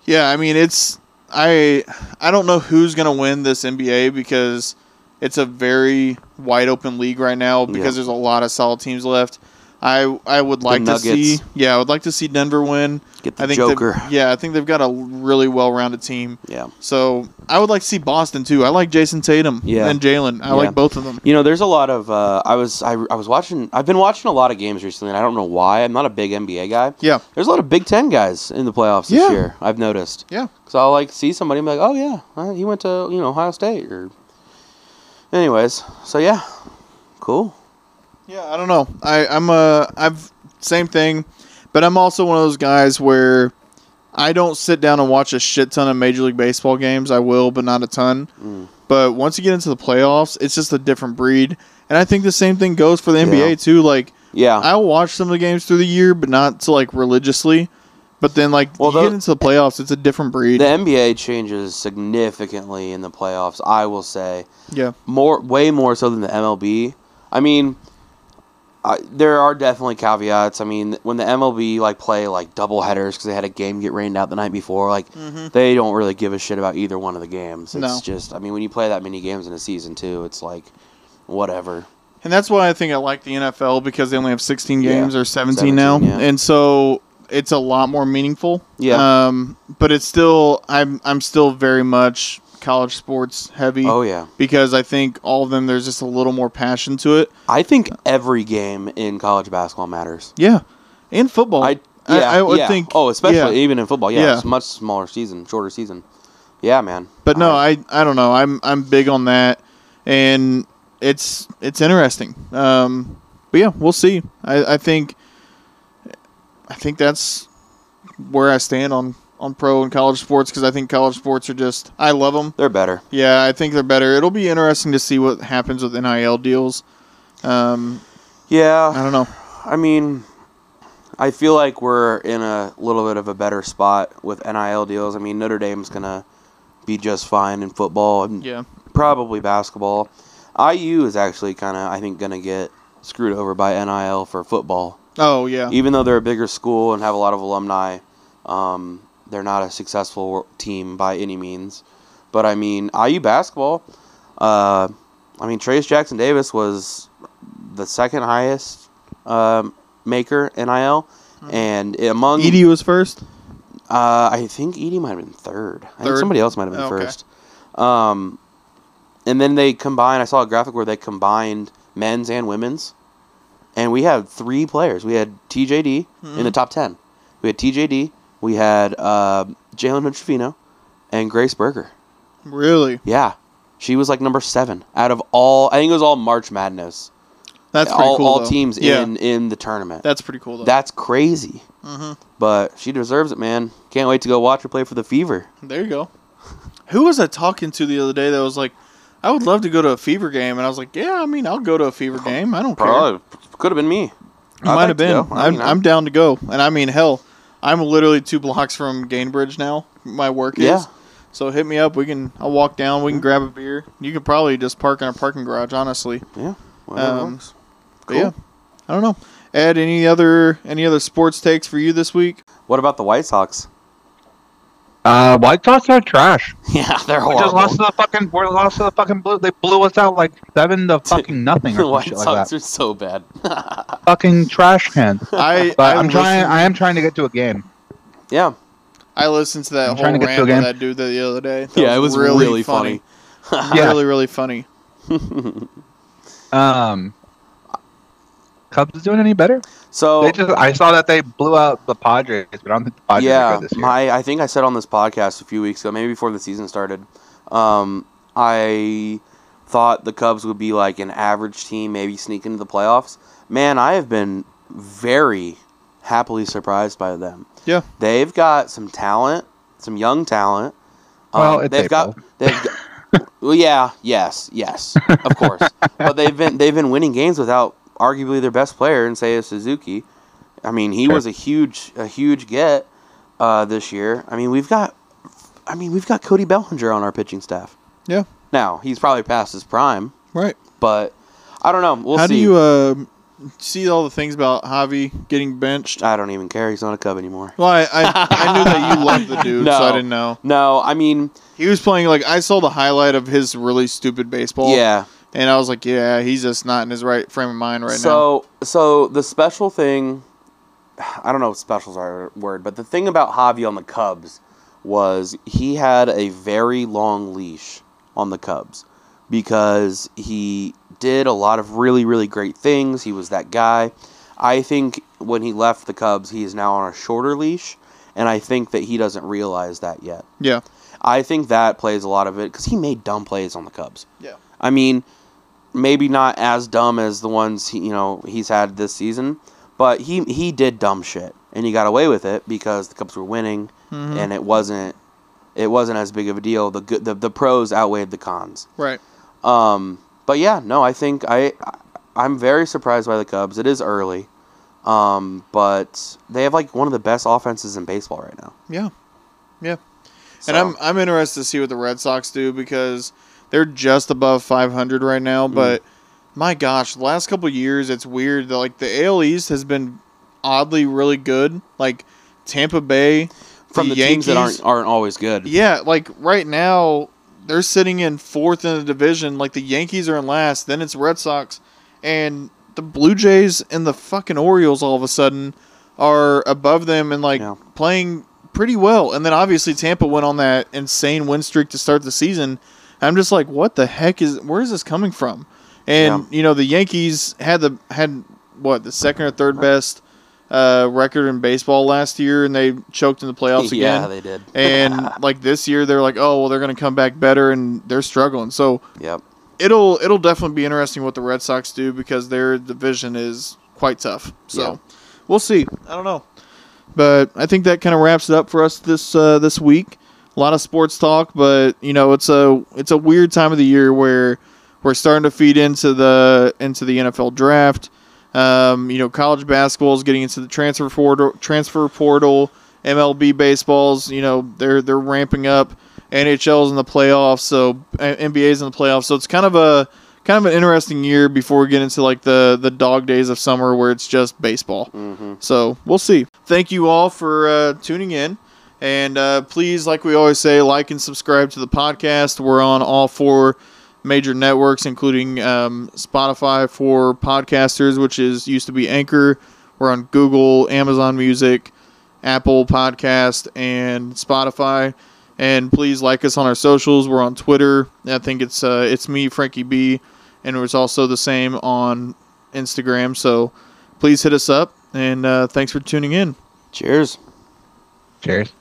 S1: yeah, I mean, it's I I don't know who's gonna win this NBA because it's a very wide open league right now because
S3: Yeah.
S1: there's a lot of solid teams left. I I would like to
S3: Nuggets.
S1: see yeah I would like to see Denver win.
S3: Get the
S1: I think they've-
S3: Joker.
S1: Yeah, I think they've got a really well rounded team.
S3: Yeah.
S1: So I would like to see Boston too. I like Jason Tatum
S3: Yeah.
S1: and Jalen. I
S3: Yeah.
S1: like both of them.
S3: You know, there's a lot of uh, I was I, I was watching. I've been watching a lot of games recently, and I don't know why. I'm not a big NBA guy.
S1: Yeah,
S3: There's a lot of Big Ten guys in the playoffs this
S1: Yeah.
S3: year. I've noticed.
S1: yeah,
S3: Cause I'll like see somebody and be like, oh yeah, uh, he went to you know Ohio State or. Anyways, so yeah, cool.
S1: Yeah, I don't know. I I'm uh I've same thing, but I'm also one of those guys where I don't sit down and watch a shit ton of Major League Baseball games. I will, but not a ton.
S3: Mm.
S1: But once you get into the playoffs, it's just a different breed. And I think the same thing goes for the NBA
S3: Yeah.
S1: too. Like
S3: Yeah,
S1: I'll watch some of the games through the year, but not to like religiously. But then like
S3: Well,
S1: you
S3: tho-
S1: get into the playoffs, it's a different breed.
S3: the NBA changes significantly in the playoffs. I will say
S1: yeah.
S3: more, way more so than the MLB. I mean, I, there are definitely caveats. I mean, when the MLB like play like double headers because they had a game get rained out the night before, like
S1: Mhm.
S3: they don't really give a shit about either one of the games. It's
S1: No.
S3: just, I mean, when you play that many games in a season too, it's like whatever.
S1: And that's why I think I like the NFL because they only have 16
S3: Yeah.
S1: games or 17,
S3: 17,
S1: now.
S3: yeah.
S1: And so it's a lot more meaningful.
S3: Yeah.
S1: Um, but it's still I'm I'm still very much college sports heavy
S3: Oh yeah,
S1: because I think all of them there's just a little more passion to it.
S3: I think every game in college basketball matters.
S1: Yeah. And football.
S3: I yeah,
S1: I, would
S3: yeah.
S1: think
S3: oh, especially
S1: yeah.
S3: even in football. Yeah,
S1: Yeah.
S3: it's much smaller season, shorter season. Yeah, man.
S1: But no, I I don't know. I'm I'm big on that and it's it's interesting. Um but yeah, we'll see. I, I think I think that's where I stand on on pro and college sports because I think college sports are just I love them.
S3: they're better.
S1: Yeah, I think they're better. It'll be interesting to see what happens with NIL deals. Um,
S3: Yeah,
S1: I don't know.
S3: I mean, I feel like we're in a little bit of a better spot with NIL deals. I mean, Notre Dame's gonna be just fine in football and
S1: Yeah,
S3: probably basketball. IU is actually kind of, I think, gonna get screwed over by NIL for football,
S1: Oh yeah.
S3: even though they're a bigger school and have a lot of alumni. Um, they're not a successful team by any means, but I mean, IU basketball. Uh, I mean, Trace Jackson Davis was the second highest um, maker NIL, and among
S1: Edie E was first.
S3: uh, I think Edie might have been third. I think
S1: Third? Oh,
S3: somebody else might have been
S1: Okay.
S3: first. Um, and then they combined. I saw a graphic where they combined men's and women's, and we had three players. We had TJD in
S1: Hmm.
S3: the top ten. We had TJD. We had uh, Jalen Trevino and Grace Berger.
S1: Really?
S3: Yeah, she was like number seven out of all. I think it was all March Madness.
S1: That's pretty
S3: all
S1: cool.
S3: all
S1: though.
S3: teams
S1: Yeah,
S3: in in the tournament.
S1: that's pretty cool Mm-hmm. though.
S3: That's crazy. But she deserves it, man. Can't wait to go watch her play for the Fever.
S1: There you go. Who was I talking to the other day that was like, I would love to go to a Fever game, and I was like, Yeah, I mean, I'll go to a Fever game. I don't care.
S3: Oh, Probably could have been me.
S1: It might
S3: like
S1: have
S3: to
S1: been.
S3: go. I
S1: I'm,
S3: mean,
S1: I'm down to go, and I mean, hell, I'm literally two blocks from Gainbridge now. My work is.
S3: Yeah. Mm-hmm.
S1: So hit me up. We can. I'll walk down. We can grab a beer. You could probably just park in our parking garage, honestly.
S3: yeah. whatever
S1: Um,
S3: works.
S1: But yeah, I don't know. Ed,
S3: *laughs*
S1: any other any other sports takes for you this week?
S3: What about the White Sox?
S2: Uh, White Sox are trash.
S3: *laughs* Yeah, they're
S2: We
S3: horrible.
S2: just lost to the fucking. We lost to the fucking blue. They blew us out like seven
S3: *laughs*
S2: to fucking nothing or
S3: the
S2: some
S3: White
S2: shit
S3: Sox
S2: like that.
S3: are so bad.
S2: Fucking trash
S3: *laughs*
S2: can.
S1: I
S2: But
S1: I
S2: I'm trying.
S1: listened-
S2: I am trying to get to a game.
S3: yeah,
S1: I listened to that
S2: I'm
S1: whole
S2: trying to get to
S1: rant
S2: a
S1: with
S2: game.
S1: that dude the other day. That
S3: yeah, it was really, funny.
S2: Yeah.
S1: Really, really funny.
S2: Um, Cubs doing any better?
S3: So
S2: They just. I saw that they blew out the Padres, but I don't think the Padres are
S3: yeah,
S2: good this year.
S3: my I think I said on this podcast a few weeks ago, maybe before the season started, um, I thought the Cubs would be like an average team, maybe sneak into the playoffs. Man, I have been very happily surprised by them.
S1: Yeah.
S3: They've got some talent, some young talent.
S2: Well, it's
S3: um, they've got
S2: April.
S1: *laughs*
S3: they've got, well, yeah, yes, yes, of course. but they've been they've been winning games without arguably their best player, and say Suzuki. I mean, he
S2: Sure.
S3: was a huge a huge get uh, this year. I mean, we've got I mean we've got Cody Bellinger on our pitching staff
S1: Yeah.
S3: now. He's probably past his prime,
S1: Right.
S3: but I don't know. We'll
S1: How
S3: see.
S1: do you uh, see all the things about Javi getting benched?
S3: I don't even care. He's not a Cub anymore.
S1: Well, I, I, I knew that you loved the dude, so I
S3: No.
S1: didn't know.
S3: No, I mean,
S1: He was playing like I saw the highlight of his really stupid baseball.
S3: yeah.
S1: and I was like, yeah, he's just not in his right frame of mind right now.
S3: so, so the special thing, *sighs* I don't know if specials are a word, but the thing about Javi on the Cubs was he had a very long leash on the Cubs because he did a lot of really, really great things. He was that guy. I think when he left the Cubs, he is now on a shorter leash, and I think that he doesn't realize that yet.
S1: Yeah,
S3: I think that plays a lot of it because he made dumb plays on the Cubs.
S1: yeah,
S3: I mean, maybe not as dumb as the ones he, you know he's had this season, but he he did dumb shit and he got away with it because the Cubs were winning
S1: Mhm.
S3: and it wasn't it wasn't as big of a deal. The good the, the pros outweighed the cons.
S1: Mm-hmm. right.
S3: Um, but yeah, no, I think I I- I'm very surprised by the Cubs. It is early. Um, but they have like one of the best offenses in baseball right now.
S1: Yeah, yeah.
S3: So,
S1: And I'm I'm interested to see what the Red Sox do because they're just above 500 right now. But my gosh, the last couple of years, it's weird that like the AL East has been oddly really good. Like Tampa Bay,
S3: from the, teams that aren't aren't always good.
S1: Yeah, like right now they're sitting in fourth in the division. Like the Yankees are in last, then it's Red Sox, and the Blue Jays and the fucking Orioles all of a sudden are above them and like
S3: Yeah.
S1: playing pretty well. And then obviously Tampa went on that insane win streak to start the season. I'm just like, what the heck is where is this coming from? And you know the Yankees had the had what the second or third best uh, record in baseball last year, and they choked in the playoffs again
S3: *laughs* yeah, they did.
S1: and like this year they're like oh well they're going to come back better and they're struggling so
S3: Yep.
S1: it'll it'll definitely be interesting what the red sox do because their division is quite tough so we'll see i don't know but i think that kind of wraps it up for us this uh, this week a lot of sports talk but you know it's a it's a weird time of the year where we're starting to feed into the into the nfl draft um, you know, college basketball is getting into the transfer portal. Transfer portal. MLB baseballs. You know, they're they're ramping up. NHL's in the playoffs, so uh, NBA's in the playoffs. So it's kind of a kind of an interesting year before we get into like the the dog days of summer where it's just baseball. So we'll see. Thank you all for uh, tuning in. And uh, please, like we always say, like and subscribe to the podcast. We're on all four major networks, including um, Spotify for podcasters, which is used to be Anchor. We're on Google, Amazon Music, Apple Podcast, and Spotify. And please like us on our socials. We're on Twitter. I think it's uh, it's me, Frankie B, and it's also the same on Instagram. So please hit us up. And uh, thanks for tuning in.
S3: Cheers.
S2: Cheers.